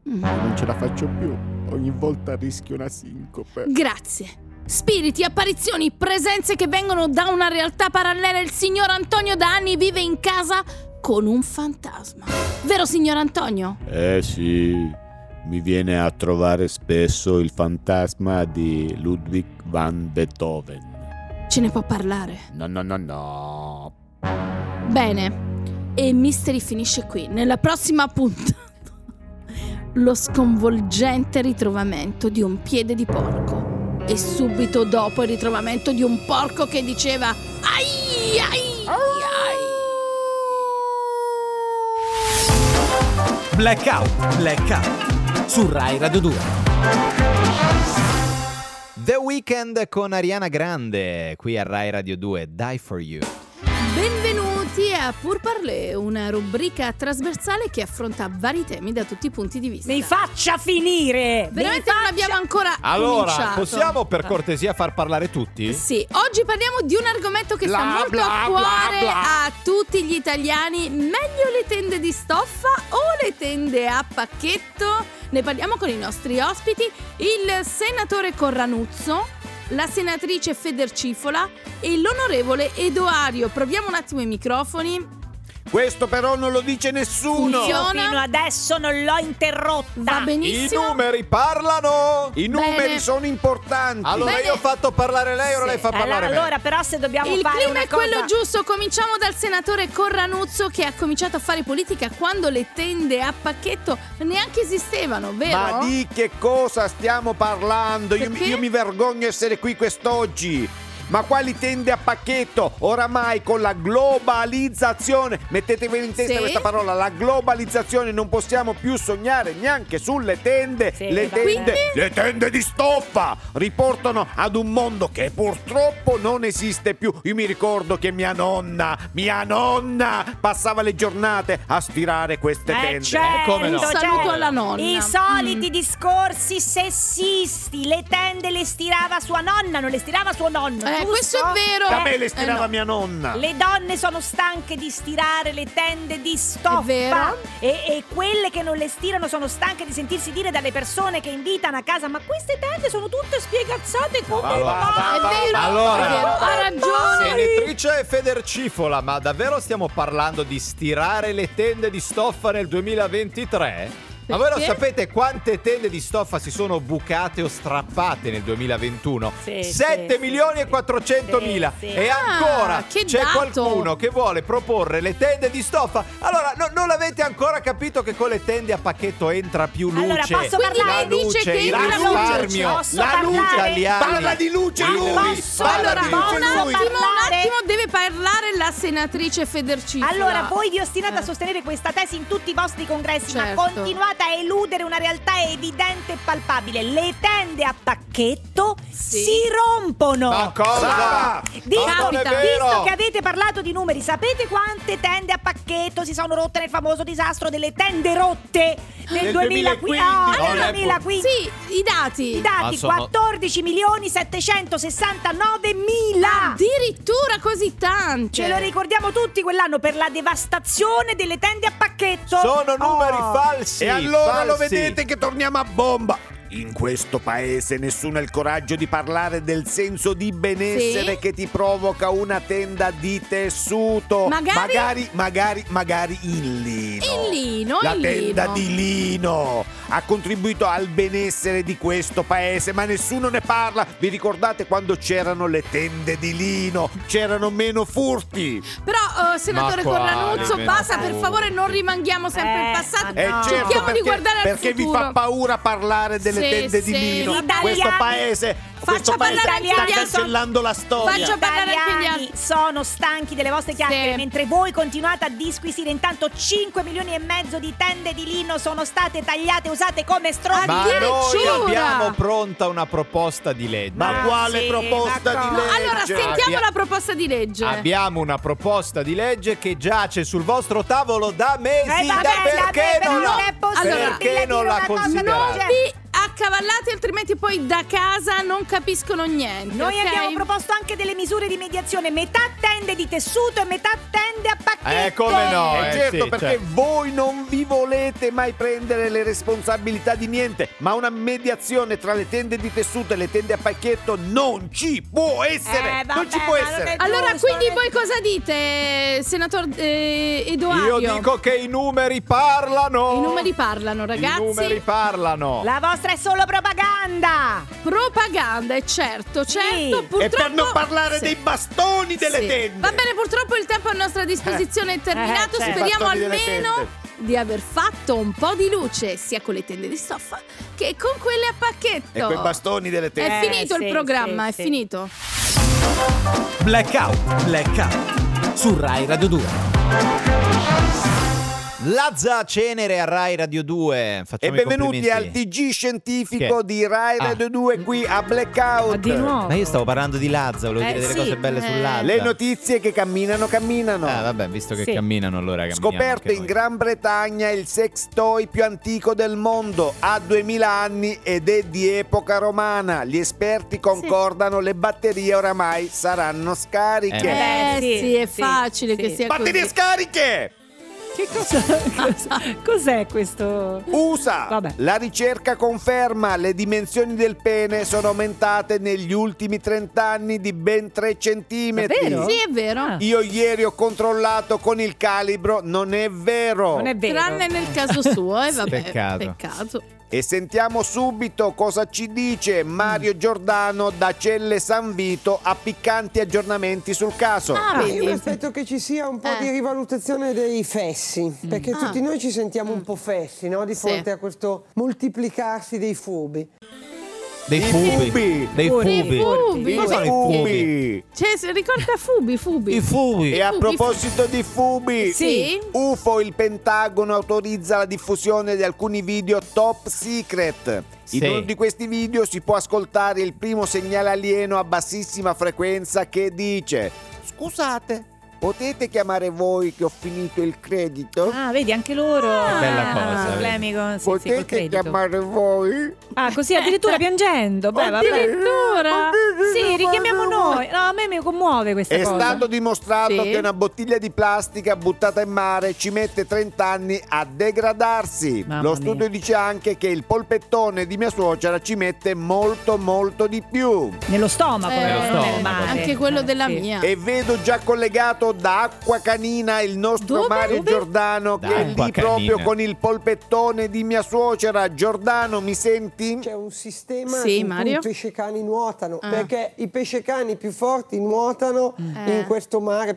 [SPEAKER 4] Mm.
[SPEAKER 10] Non ce la faccio più. Ogni volta rischio una sincope.
[SPEAKER 4] Grazie. Spiriti, apparizioni, presenze che vengono da una realtà parallela. Il signor Antonio da anni vive in casa con un fantasma. Vero, signor Antonio?
[SPEAKER 9] Eh sì, mi viene a trovare spesso il fantasma di Ludwig van Beethoven.
[SPEAKER 4] Ce ne può parlare.
[SPEAKER 9] No, no, no, no.
[SPEAKER 4] Bene. E Mystery finisce qui. Nella prossima puntata. (laughs) Lo sconvolgente ritrovamento di un piede di porco. E subito dopo il ritrovamento di un porco che diceva Ai, ai, ai.
[SPEAKER 1] Blackout, blackout. Su Rai Radio 2.
[SPEAKER 5] The Weeknd con Ariana Grande, qui a Rai Radio 2, Die For You.
[SPEAKER 4] Benvenuti a Pur Parler, una rubrica trasversale che affronta vari temi da tutti i punti di vista.
[SPEAKER 2] Mi faccia finire!
[SPEAKER 4] Veramente non abbiamo ancora
[SPEAKER 5] Allora,
[SPEAKER 4] cominciato.
[SPEAKER 5] possiamo per cortesia far parlare tutti?
[SPEAKER 4] Sì, oggi parliamo di un argomento che sta
[SPEAKER 9] Bla,
[SPEAKER 4] molto
[SPEAKER 9] bla,
[SPEAKER 4] a
[SPEAKER 9] bla,
[SPEAKER 4] cuore
[SPEAKER 9] bla.
[SPEAKER 4] a tutti gli italiani. Meglio le tende di stoffa o le tende a pacchetto? Ne parliamo con i nostri ospiti, il senatore Corranuzzo, la senatrice Federcifola e l'onorevole Edoario. Proviamo un attimo i microfoni.
[SPEAKER 3] Questo però non lo dice nessuno.
[SPEAKER 4] Funziona.
[SPEAKER 2] Fino adesso non l'ho interrotta.
[SPEAKER 9] Ah,
[SPEAKER 4] Va benissimo.
[SPEAKER 5] I numeri parlano!
[SPEAKER 3] I numeri
[SPEAKER 4] Bene.
[SPEAKER 3] sono importanti.
[SPEAKER 5] Allora
[SPEAKER 4] Bene.
[SPEAKER 5] io ho fatto parlare lei, ora
[SPEAKER 4] Sì.
[SPEAKER 5] lei fa
[SPEAKER 2] Allora,
[SPEAKER 5] parlare me.
[SPEAKER 2] allora, però se dobbiamo
[SPEAKER 4] Il
[SPEAKER 2] fare
[SPEAKER 4] clima
[SPEAKER 2] una
[SPEAKER 4] è
[SPEAKER 2] cosa
[SPEAKER 4] quello giusto, cominciamo dal senatore Corranuzzo che ha cominciato a fare politica quando le tende a pacchetto neanche esistevano, vero?
[SPEAKER 3] Ma di che cosa stiamo parlando? Io, mi-
[SPEAKER 4] Perché?
[SPEAKER 3] io mi vergogno di essere qui quest'oggi. Ma quali tende a pacchetto? Oramai con la globalizzazione, mettetevelo in testa
[SPEAKER 4] Sì.
[SPEAKER 3] questa parola, la globalizzazione, non possiamo più sognare neanche sulle tende.
[SPEAKER 2] Sì,
[SPEAKER 3] le,
[SPEAKER 2] vabbè. Quindi?
[SPEAKER 3] tende le tende di stoffa riportano ad un mondo che purtroppo non esiste più. Io mi ricordo che mia nonna, mia nonna, passava le giornate a stirare queste
[SPEAKER 2] Eh,
[SPEAKER 3] tende.
[SPEAKER 2] certo,
[SPEAKER 5] Eh, come no.
[SPEAKER 4] Un saluto
[SPEAKER 2] certo.
[SPEAKER 4] alla nonna.
[SPEAKER 2] I soliti
[SPEAKER 4] Mm.
[SPEAKER 2] discorsi sessisti. Le tende le stirava sua nonna, non le stirava suo nonno.
[SPEAKER 4] Eh,
[SPEAKER 2] giusto?
[SPEAKER 4] questo è vero.
[SPEAKER 3] Da me
[SPEAKER 4] Eh,
[SPEAKER 3] le stirava
[SPEAKER 4] no.
[SPEAKER 3] mia nonna.
[SPEAKER 2] Le donne sono stanche di stirare le tende di stoffa.
[SPEAKER 4] È vero.
[SPEAKER 2] E, e quelle che non le stirano sono stanche di sentirsi dire dalle persone che invitano a casa: Ma queste tende sono tutte spiegazzate come
[SPEAKER 5] Va, va,
[SPEAKER 2] mai?"
[SPEAKER 5] va,
[SPEAKER 4] È vero,
[SPEAKER 5] Allora.
[SPEAKER 4] è vero, ha ragione.
[SPEAKER 5] Senatrice Federcifola, ma davvero stiamo parlando di stirare le tende di stoffa nel 2023? Ma voi non
[SPEAKER 4] Perché?
[SPEAKER 5] sapete quante tende di stoffa si sono bucate o strappate nel 2021?
[SPEAKER 2] Sì,
[SPEAKER 5] 7
[SPEAKER 2] sì,
[SPEAKER 5] milioni
[SPEAKER 2] sì,
[SPEAKER 5] e 400
[SPEAKER 2] sì,
[SPEAKER 5] mila.
[SPEAKER 2] sì.
[SPEAKER 5] E ancora
[SPEAKER 4] Ah, che
[SPEAKER 5] c'è
[SPEAKER 4] dato!
[SPEAKER 5] qualcuno che vuole proporre le tende di stoffa. Allora, no- non avete ancora capito che con le tende a pacchetto entra più luce.
[SPEAKER 2] Allora, posso
[SPEAKER 4] Quindi
[SPEAKER 5] la
[SPEAKER 4] lei
[SPEAKER 2] parlare?
[SPEAKER 4] dice
[SPEAKER 5] luce,
[SPEAKER 4] che
[SPEAKER 5] il
[SPEAKER 4] entra
[SPEAKER 2] la luce.
[SPEAKER 5] risparmio,
[SPEAKER 2] Posso
[SPEAKER 5] la luce
[SPEAKER 2] parlare?
[SPEAKER 5] italiana.
[SPEAKER 3] Parla di luce
[SPEAKER 2] Ah,
[SPEAKER 3] lui.
[SPEAKER 2] posso?
[SPEAKER 3] Parla
[SPEAKER 4] Allora,
[SPEAKER 3] di
[SPEAKER 4] ma un
[SPEAKER 3] luce
[SPEAKER 4] attimo,
[SPEAKER 3] lui.
[SPEAKER 4] un
[SPEAKER 2] Parlare.
[SPEAKER 4] attimo deve parlare la senatrice Federcifola.
[SPEAKER 2] Allora, voi vi ostinate a
[SPEAKER 4] Eh.
[SPEAKER 2] sostenere questa tesi in tutti i vostri congressi,
[SPEAKER 4] Certo.
[SPEAKER 2] ma continuate a eludere una realtà evidente e palpabile. Le tende a pacchetto
[SPEAKER 4] Sì.
[SPEAKER 2] si rompono.
[SPEAKER 5] Ma cosa?
[SPEAKER 2] Visto,
[SPEAKER 5] Ma non è vero!
[SPEAKER 2] visto che avete parlato di numeri, sapete quante tende a pacchetto si sono rotte nel famoso disastro delle tende rotte? nel
[SPEAKER 3] Nel
[SPEAKER 2] 2015.
[SPEAKER 3] 2015.
[SPEAKER 2] No,
[SPEAKER 3] No,
[SPEAKER 2] nel
[SPEAKER 3] l'Apple.
[SPEAKER 2] 2015.
[SPEAKER 4] Sì, i dati.
[SPEAKER 2] I
[SPEAKER 5] Ma
[SPEAKER 2] dati
[SPEAKER 5] sono-
[SPEAKER 2] 14 milioni 769 mila.
[SPEAKER 4] Addirittura così tante.
[SPEAKER 2] Ce lo ricordiamo tutti quell'anno per la devastazione delle tende a pacchetto.
[SPEAKER 5] Sono numeri
[SPEAKER 2] Oh.
[SPEAKER 5] falsi.
[SPEAKER 3] e allora lo
[SPEAKER 5] falsi.
[SPEAKER 3] vedete che torniamo a bomba. In questo paese nessuno ha il coraggio di parlare del senso di benessere
[SPEAKER 4] Sì.
[SPEAKER 3] che ti provoca una tenda di tessuto.
[SPEAKER 4] Magari-
[SPEAKER 3] magari, magari, magari il lino.
[SPEAKER 4] Il lino,
[SPEAKER 3] La
[SPEAKER 4] il
[SPEAKER 3] tenda
[SPEAKER 4] lino.
[SPEAKER 3] di lino ha contribuito al benessere di questo paese, ma nessuno ne parla. Vi ricordate quando c'erano le tende di lino? C'erano meno furti.
[SPEAKER 4] Però, eh, senatore
[SPEAKER 5] Ma quale,
[SPEAKER 4] Corranuzzo,
[SPEAKER 5] meno
[SPEAKER 4] basta, per
[SPEAKER 5] pure.
[SPEAKER 4] favore, non rimanghiamo sempre
[SPEAKER 2] Eh,
[SPEAKER 4] in passato.
[SPEAKER 2] ma
[SPEAKER 3] Eh,
[SPEAKER 2] No.
[SPEAKER 3] certo,
[SPEAKER 4] Cerchiamo
[SPEAKER 3] perché,
[SPEAKER 4] di guardare al
[SPEAKER 3] perché vi
[SPEAKER 4] futuro.
[SPEAKER 3] fa paura parlare delle
[SPEAKER 4] Sì,
[SPEAKER 3] tende di
[SPEAKER 4] sì.
[SPEAKER 3] Lino.
[SPEAKER 4] Gli
[SPEAKER 2] italiani-
[SPEAKER 3] Questo paese,
[SPEAKER 4] Faccia
[SPEAKER 3] questo paese
[SPEAKER 4] parlare anche
[SPEAKER 3] sta
[SPEAKER 4] gli altri.
[SPEAKER 3] cancellando la storia.
[SPEAKER 4] Faccia- parlare anche gli
[SPEAKER 2] italiani
[SPEAKER 4] altri.
[SPEAKER 2] sono stanchi delle vostre chiacchiere
[SPEAKER 4] Sì.
[SPEAKER 2] mentre voi continuate a disquisire intanto 5 milioni e mezzo di tende di lino sono state tagliate e usate come stronzi
[SPEAKER 4] Ah,
[SPEAKER 5] Ma noi
[SPEAKER 4] Addirittura!
[SPEAKER 5] abbiamo pronta una proposta di legge.
[SPEAKER 3] Ma
[SPEAKER 2] Ma
[SPEAKER 3] quale
[SPEAKER 2] sì,
[SPEAKER 3] proposta
[SPEAKER 2] ma
[SPEAKER 3] di
[SPEAKER 2] come?
[SPEAKER 3] legge?
[SPEAKER 4] No, allora, sentiamo
[SPEAKER 5] Abbia-
[SPEAKER 4] la proposta di legge.
[SPEAKER 5] Abbiamo una proposta di legge che giace sul vostro tavolo da mesi.
[SPEAKER 2] Eh, vabbè,
[SPEAKER 5] da
[SPEAKER 2] vabbè,
[SPEAKER 5] perché
[SPEAKER 2] però
[SPEAKER 5] non,
[SPEAKER 2] non è possibile
[SPEAKER 5] allora,
[SPEAKER 2] dire
[SPEAKER 5] perché non la
[SPEAKER 2] una cosa del
[SPEAKER 5] considerate?
[SPEAKER 2] genere.
[SPEAKER 4] Vi accavallate, altrimenti poi da casa non capiscono niente.
[SPEAKER 2] Noi
[SPEAKER 4] ok?
[SPEAKER 2] abbiamo proposto anche delle misure di mediazione, metà tende di tessuto e metà tende a pacchetto.
[SPEAKER 5] Eh, come no?
[SPEAKER 3] Eh,
[SPEAKER 5] eh,
[SPEAKER 3] certo,
[SPEAKER 5] sì,
[SPEAKER 3] perché
[SPEAKER 5] cioè.
[SPEAKER 3] voi non vi volete mai prendere le responsabilità di niente, ma una mediazione tra le tende di tessuto e le tende a pacchetto non ci può essere!
[SPEAKER 2] Eh, vabbè,
[SPEAKER 3] non ci può
[SPEAKER 2] ma non
[SPEAKER 3] essere!
[SPEAKER 2] è-
[SPEAKER 4] Allora,
[SPEAKER 2] Giusto,
[SPEAKER 4] quindi
[SPEAKER 2] eh.
[SPEAKER 4] voi cosa dite, senatore eh, Edoardo?
[SPEAKER 5] Io dico che i numeri parlano.
[SPEAKER 4] I numeri parlano, ragazzi.
[SPEAKER 5] I numeri parlano.
[SPEAKER 2] La vostra è solo propaganda!
[SPEAKER 4] Propaganda, è certo, certo.
[SPEAKER 2] Sì.
[SPEAKER 4] Purtroppo...
[SPEAKER 3] E per non parlare
[SPEAKER 4] Sì.
[SPEAKER 3] dei bastoni delle
[SPEAKER 4] Sì.
[SPEAKER 3] tende!
[SPEAKER 4] Va bene, purtroppo il tempo a nostra disposizione è
[SPEAKER 2] certo.
[SPEAKER 4] terminato. Speriamo
[SPEAKER 3] Bastoni delle
[SPEAKER 4] almeno di aver fatto un po' di luce sia con le tende di stoffa che con quelle a pacchetto.
[SPEAKER 3] E quei bastoni delle tende!
[SPEAKER 4] È
[SPEAKER 2] Eh,
[SPEAKER 4] finito il
[SPEAKER 2] sì,
[SPEAKER 4] programma,
[SPEAKER 2] sì,
[SPEAKER 4] è
[SPEAKER 2] sì.
[SPEAKER 4] finito.
[SPEAKER 1] Blackout, blackout. Su Rai Radio 2.
[SPEAKER 5] Lazza Cenere a Rai Radio 2.
[SPEAKER 3] E
[SPEAKER 5] Facciamo i
[SPEAKER 3] benvenuti al
[SPEAKER 5] complimenti.
[SPEAKER 3] TG scientifico
[SPEAKER 5] Che?
[SPEAKER 3] di Rai
[SPEAKER 5] Ah.
[SPEAKER 3] Radio 2 qui a Blackout.
[SPEAKER 8] Ma Ah, di nuovo.
[SPEAKER 5] Ma io stavo parlando di Lazza, volevo
[SPEAKER 8] Eh,
[SPEAKER 5] dire delle
[SPEAKER 8] sì,
[SPEAKER 5] cose belle
[SPEAKER 4] eh,
[SPEAKER 5] su Lazza.
[SPEAKER 3] Le notizie che camminano, camminano.
[SPEAKER 5] Ah, vabbè, visto che
[SPEAKER 8] Sì.
[SPEAKER 5] camminano allora camminiamo
[SPEAKER 3] Scoperto
[SPEAKER 5] anche
[SPEAKER 3] in
[SPEAKER 5] noi.
[SPEAKER 3] Gran Bretagna il sex toy più antico del mondo, ha 2000 anni ed è di epoca romana. Gli esperti concordano le batterie oramai saranno
[SPEAKER 5] Eh,
[SPEAKER 3] scariche.
[SPEAKER 4] Eh,
[SPEAKER 8] beh,
[SPEAKER 4] sì,
[SPEAKER 8] sì,
[SPEAKER 4] è
[SPEAKER 8] sì,
[SPEAKER 4] facile
[SPEAKER 8] sì.
[SPEAKER 4] che sia
[SPEAKER 3] batterie
[SPEAKER 4] così.
[SPEAKER 3] scariche!
[SPEAKER 8] Che cosa? (laughs) cosa- cos'è questo?
[SPEAKER 3] USA!
[SPEAKER 8] Vabbè.
[SPEAKER 3] La ricerca conferma le dimensioni del pene sono aumentate negli ultimi 30 anni di ben 3 centimetri.
[SPEAKER 8] Davvero?
[SPEAKER 4] Sì, è vero.
[SPEAKER 8] Ah.
[SPEAKER 3] Io ieri ho controllato con il calibro, non è
[SPEAKER 5] Oh.
[SPEAKER 3] vero.
[SPEAKER 8] Non è vero.
[SPEAKER 4] Tranne nel caso suo, e vabbè.
[SPEAKER 5] Peccato.
[SPEAKER 4] peccato.
[SPEAKER 3] E sentiamo subito cosa ci dice Mario Giordano da Celle San Vito a piccanti aggiornamenti sul caso.
[SPEAKER 4] Ah,
[SPEAKER 11] Io mi
[SPEAKER 4] vedi.
[SPEAKER 11] aspetto che ci sia un po'
[SPEAKER 4] Eh.
[SPEAKER 11] di rivalutazione dei fessi, perché
[SPEAKER 4] Ah.
[SPEAKER 11] tutti noi ci sentiamo un po' fessi no? di
[SPEAKER 4] Sì.
[SPEAKER 11] fronte a questo moltiplicarsi dei fubi.
[SPEAKER 5] Dei
[SPEAKER 3] I
[SPEAKER 5] fubi.
[SPEAKER 3] fubi.
[SPEAKER 5] Dei
[SPEAKER 8] Dei
[SPEAKER 5] fubi.
[SPEAKER 4] fubi.
[SPEAKER 5] Cosa sono i fubi?
[SPEAKER 3] Fubi.
[SPEAKER 4] Cioè, se- ricorda Fubi, Fubi.
[SPEAKER 5] I
[SPEAKER 3] E
[SPEAKER 5] fubi.
[SPEAKER 3] a proposito di fubi,
[SPEAKER 4] Sì.
[SPEAKER 3] UFO il Pentagono autorizza la diffusione di alcuni video top secret. In
[SPEAKER 5] Sì.
[SPEAKER 3] uno di questi video si può ascoltare il primo segnale alieno a bassissima frequenza che dice: Scusate, potete chiamare voi che ho finito il credito?
[SPEAKER 8] Ah, vedi, anche loro.
[SPEAKER 4] Che
[SPEAKER 5] bella cosa, vedi.
[SPEAKER 8] Problemi con... Sì, sì, col
[SPEAKER 3] potete
[SPEAKER 8] credito.
[SPEAKER 3] chiamare voi?
[SPEAKER 8] Ah, così addirittura piangendo. Beh, vabbè.
[SPEAKER 4] Addirittura.
[SPEAKER 8] Sì, richiamiamo noi. No, a me mi commuove questa
[SPEAKER 3] È
[SPEAKER 8] cosa.
[SPEAKER 3] stato dimostrato
[SPEAKER 4] Sì.
[SPEAKER 3] che una bottiglia di plastica buttata in mare ci mette 30 anni a degradarsi.
[SPEAKER 8] Mamma
[SPEAKER 3] Lo
[SPEAKER 8] mia.
[SPEAKER 3] studio dice anche che il polpettone di mia suocera ci mette molto molto di più.
[SPEAKER 8] Nello stomaco,
[SPEAKER 4] Eh,
[SPEAKER 8] però,
[SPEAKER 5] Nello
[SPEAKER 8] non nel
[SPEAKER 5] stomaco.
[SPEAKER 8] mare. Eh,
[SPEAKER 4] Anche quello della
[SPEAKER 8] Sì.
[SPEAKER 4] mia.
[SPEAKER 3] E vedo già collegato da Acqua Canina il nostro
[SPEAKER 4] Dove?
[SPEAKER 3] Mario
[SPEAKER 4] Dove?
[SPEAKER 3] Giordano
[SPEAKER 5] Da
[SPEAKER 3] che è lì
[SPEAKER 5] Acqua Canina.
[SPEAKER 3] proprio con il polpettone di mia suocera. Giordano, mi senti?
[SPEAKER 11] C'è un sistema
[SPEAKER 4] Sì,
[SPEAKER 11] in cui
[SPEAKER 4] Mario?
[SPEAKER 11] i pescecani nuotano,
[SPEAKER 4] Ah.
[SPEAKER 11] perché i pescecani più forti nuotano
[SPEAKER 4] Eh.
[SPEAKER 11] in questo mare.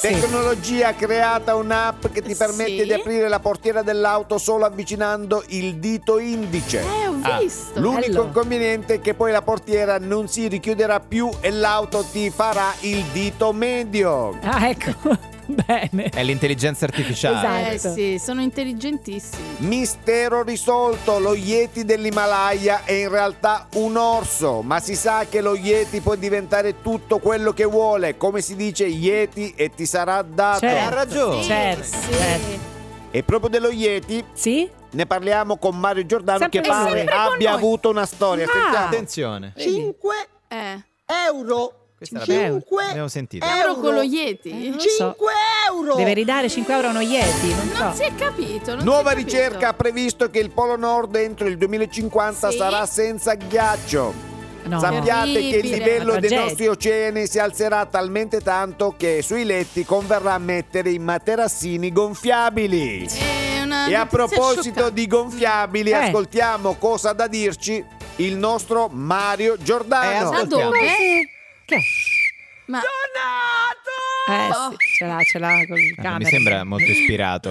[SPEAKER 3] Tecnologia creata un'app che ti permette
[SPEAKER 4] Sì.
[SPEAKER 3] di aprire la portiera dell'auto solo avvicinando il dito indice.
[SPEAKER 4] Eh, ho visto.
[SPEAKER 3] L'unico
[SPEAKER 8] Esatto, bello.
[SPEAKER 3] inconveniente è che poi la portiera non si richiuderà più e l'auto ti farà il dito medio.
[SPEAKER 8] Ah, ecco. (laughs) Bene.
[SPEAKER 5] È l'intelligenza artificiale.
[SPEAKER 8] Esatto.
[SPEAKER 4] Eh sì, sono intelligentissimi.
[SPEAKER 3] Mistero risolto, lo Yeti dell'Himalaya è in realtà un orso, ma si sa che lo Yeti può diventare tutto quello che vuole, come si dice Yeti e ti sarà dato.
[SPEAKER 5] Ha
[SPEAKER 8] Certo.
[SPEAKER 5] ragione.
[SPEAKER 8] Certo, certo.
[SPEAKER 3] E proprio dello Yeti
[SPEAKER 8] Sì?
[SPEAKER 3] ne parliamo con Mario Giordano
[SPEAKER 8] Sempre
[SPEAKER 3] che
[SPEAKER 8] con
[SPEAKER 3] pare
[SPEAKER 8] noi. Sempre con
[SPEAKER 3] abbia
[SPEAKER 8] noi.
[SPEAKER 3] avuto una storia.
[SPEAKER 8] Ah.
[SPEAKER 3] Sentiamo.
[SPEAKER 5] Attenzione.
[SPEAKER 11] 5
[SPEAKER 4] Eh,
[SPEAKER 11] euro.
[SPEAKER 5] Questa era
[SPEAKER 8] bella.
[SPEAKER 11] 5
[SPEAKER 5] Abbiamo sentito.
[SPEAKER 4] euro con lo
[SPEAKER 8] Eh,
[SPEAKER 4] Yeti?
[SPEAKER 8] non so.
[SPEAKER 11] 5 euro.
[SPEAKER 8] Deve ridare 5 euro a uno Yeti, non so.
[SPEAKER 4] Non si è capito. non
[SPEAKER 3] Nuova
[SPEAKER 4] si è capito.
[SPEAKER 3] ricerca ha previsto che il Polo Nord entro il 2050
[SPEAKER 4] Sì.
[SPEAKER 3] sarà senza ghiaccio.
[SPEAKER 8] No.
[SPEAKER 3] Sappiate che il
[SPEAKER 4] Terribile.
[SPEAKER 3] livello
[SPEAKER 8] Una
[SPEAKER 3] dei
[SPEAKER 8] tragedia.
[SPEAKER 3] nostri oceani si alzerà talmente tanto che sui letti converrà mettere i materassini gonfiabili.
[SPEAKER 4] È una
[SPEAKER 3] E a
[SPEAKER 4] notizia
[SPEAKER 3] proposito
[SPEAKER 4] scioccante.
[SPEAKER 3] di gonfiabili,
[SPEAKER 8] Eh.
[SPEAKER 3] ascoltiamo cosa ha da dirci il nostro Mario
[SPEAKER 8] Ah,
[SPEAKER 3] Giordano.
[SPEAKER 5] Eh,
[SPEAKER 4] Da
[SPEAKER 5] Ascoltiamo.
[SPEAKER 4] dove?
[SPEAKER 8] Che?
[SPEAKER 4] Ma
[SPEAKER 8] Eh,
[SPEAKER 4] Oh.
[SPEAKER 8] sì, ce l'ha, ce l'ha col camera.
[SPEAKER 5] Ah, Mi sembra molto ispirato.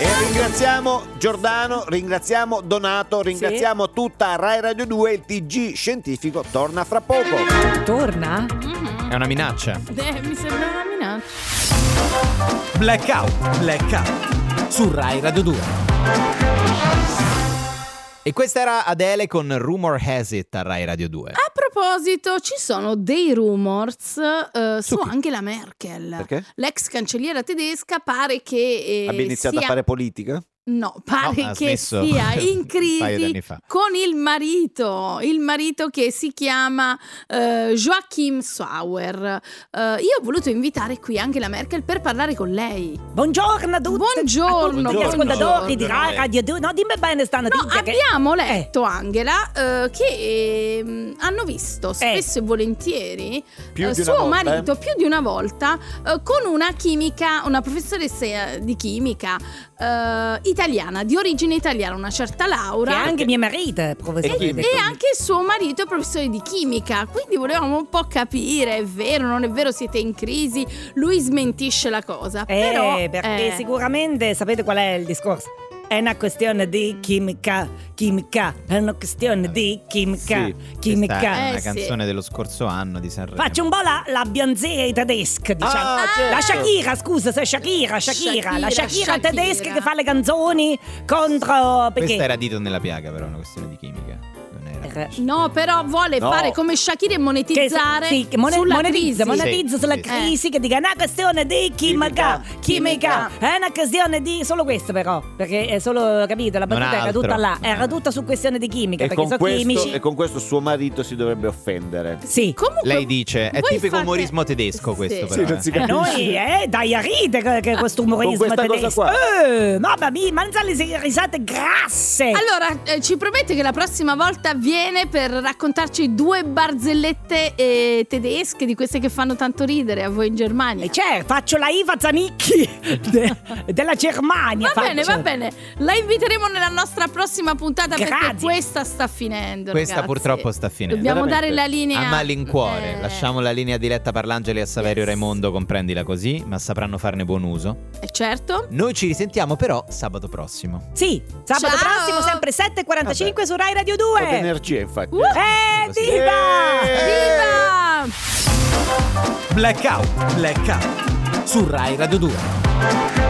[SPEAKER 3] E ringraziamo Giordano, ringraziamo Donato, ringraziamo tutta Rai Radio 2, il TG scientifico torna fra poco.
[SPEAKER 8] Torna?
[SPEAKER 5] È una minaccia.
[SPEAKER 4] Mhm. eh, mi sembra una minaccia.
[SPEAKER 1] Blackout, blackout. Su Rai Radio 2.
[SPEAKER 5] E questa era Adele con Rumor Has It a Rai Radio 2.
[SPEAKER 4] A proposito, ci sono dei rumors eh, su,
[SPEAKER 5] chi?
[SPEAKER 4] Angela Merkel.
[SPEAKER 3] Perché?
[SPEAKER 4] L'ex cancelliera tedesca pare che eh,
[SPEAKER 3] Abbia iniziato
[SPEAKER 4] sia...
[SPEAKER 3] a fare politica?
[SPEAKER 4] No, pare
[SPEAKER 5] No, ha
[SPEAKER 4] che
[SPEAKER 5] smesso
[SPEAKER 4] sia in
[SPEAKER 5] (laughs) un paio d'anni
[SPEAKER 4] crisi
[SPEAKER 5] fa.
[SPEAKER 4] con il marito, il marito che si chiama eh, Joachim Sauer. Eh, io ho voluto invitare qui Angela Merkel per parlare con lei.
[SPEAKER 2] Buongiorno a tutti.
[SPEAKER 4] Buongiorno.
[SPEAKER 2] a tutti gli ascoltatori di Rai Radio 2. No, dimmi bene sta
[SPEAKER 4] No,
[SPEAKER 2] notizia che
[SPEAKER 4] abbiamo letto, Angela, eh, che ehm, hanno visto spesso e volentieri
[SPEAKER 3] Più
[SPEAKER 4] eh,
[SPEAKER 3] di una
[SPEAKER 4] suo
[SPEAKER 3] volta,
[SPEAKER 4] marito più di una volta eh, con una chimica, una professoressa eh, di chimica eh, italiana, di origine italiana, una certa
[SPEAKER 2] che
[SPEAKER 4] Laura.
[SPEAKER 2] anche mio marito è
[SPEAKER 3] E
[SPEAKER 2] professore.
[SPEAKER 3] chi?
[SPEAKER 4] E anche il suo marito è professore di chimica, quindi volevamo un po' capire, è vero, non è vero, siete in crisi, lui smentisce la cosa.
[SPEAKER 2] Eh,
[SPEAKER 4] però,
[SPEAKER 2] perché
[SPEAKER 4] eh,
[SPEAKER 2] sicuramente sapete qual è il discorso? È una questione di chimica, chimica, è una questione di chimica,
[SPEAKER 3] Sì,
[SPEAKER 5] Questa
[SPEAKER 2] chimica.
[SPEAKER 5] è una
[SPEAKER 4] Eh, sì.
[SPEAKER 5] canzone dello scorso anno di Sanremo.
[SPEAKER 2] Faccio un po' la, la bianzeri tedesca, diciamo.
[SPEAKER 3] Ah, certo.
[SPEAKER 2] La Shakira, scusa, sei Shakira, Shakira, la
[SPEAKER 4] Shakira,
[SPEAKER 2] Shakira,
[SPEAKER 4] Shakira.
[SPEAKER 2] tedesca che fa le canzoni contro... Perché?
[SPEAKER 5] Questa era dito nella piaga, però, una questione di chimica. Non era.
[SPEAKER 4] No, però vuole
[SPEAKER 3] No.
[SPEAKER 4] fare come Shakira e monetizzare
[SPEAKER 2] Che- sì, che mone-
[SPEAKER 4] sulla
[SPEAKER 2] monetizza,
[SPEAKER 4] crisi.
[SPEAKER 2] monetizza sulla
[SPEAKER 5] Sì, sì.
[SPEAKER 2] crisi che dica è una questione di chimica, chimica,
[SPEAKER 4] Chimica.
[SPEAKER 2] è una questione di solo questo però, perché è solo capito, la
[SPEAKER 5] Non
[SPEAKER 2] battuta era
[SPEAKER 5] altro.
[SPEAKER 2] tutta là, era tutta su questione di chimica,
[SPEAKER 3] E
[SPEAKER 2] perché
[SPEAKER 3] con,
[SPEAKER 2] sono
[SPEAKER 3] questo,
[SPEAKER 2] chimici.
[SPEAKER 3] e con questo suo marito si dovrebbe offendere.
[SPEAKER 2] Sì.
[SPEAKER 4] Comunque,
[SPEAKER 5] Lei dice, è
[SPEAKER 4] voi
[SPEAKER 5] tipico
[SPEAKER 4] fate-
[SPEAKER 5] umorismo tedesco questo,
[SPEAKER 4] Sì.
[SPEAKER 5] però.
[SPEAKER 3] non si
[SPEAKER 5] eh.
[SPEAKER 2] E noi, eh, dai a ridere che questo umorismo
[SPEAKER 3] questa cosa
[SPEAKER 2] tedesco. Eh, mamma mia, ma non sa le si- risate grasse.
[SPEAKER 4] Allora, eh, ci promette che la prossima volta viene per raccontarci due barzellette eh, tedesche, di queste che fanno tanto ridere a voi in Germania.
[SPEAKER 2] E certo, faccio la Iva Zanicchi de- della Germania.
[SPEAKER 4] Va bene,
[SPEAKER 2] faccio.
[SPEAKER 4] va bene. La inviteremo nella nostra prossima puntata perché
[SPEAKER 2] Grazie.
[SPEAKER 4] questa sta finendo.
[SPEAKER 5] Questa
[SPEAKER 4] ragazzi.
[SPEAKER 5] purtroppo sta finendo.
[SPEAKER 4] Dobbiamo
[SPEAKER 3] Veramente.
[SPEAKER 4] dare la linea
[SPEAKER 5] A malincuore,
[SPEAKER 4] Eh,
[SPEAKER 5] lasciamo la linea diretta a Parlangeli e a Saverio
[SPEAKER 4] Yes.
[SPEAKER 5] Raimondo, comprendila così, ma sapranno farne buon uso.
[SPEAKER 4] eh, Certo.
[SPEAKER 5] Noi ci risentiamo però sabato prossimo.
[SPEAKER 2] Sì, sabato
[SPEAKER 4] Ciao.
[SPEAKER 2] prossimo sempre 7.45 su Rai Radio 2.
[SPEAKER 3] Ho energia, infatti.
[SPEAKER 2] Eh, viva!
[SPEAKER 5] Eh.
[SPEAKER 4] Viva!
[SPEAKER 1] Blackout, blackout. Su Rai Radio 2.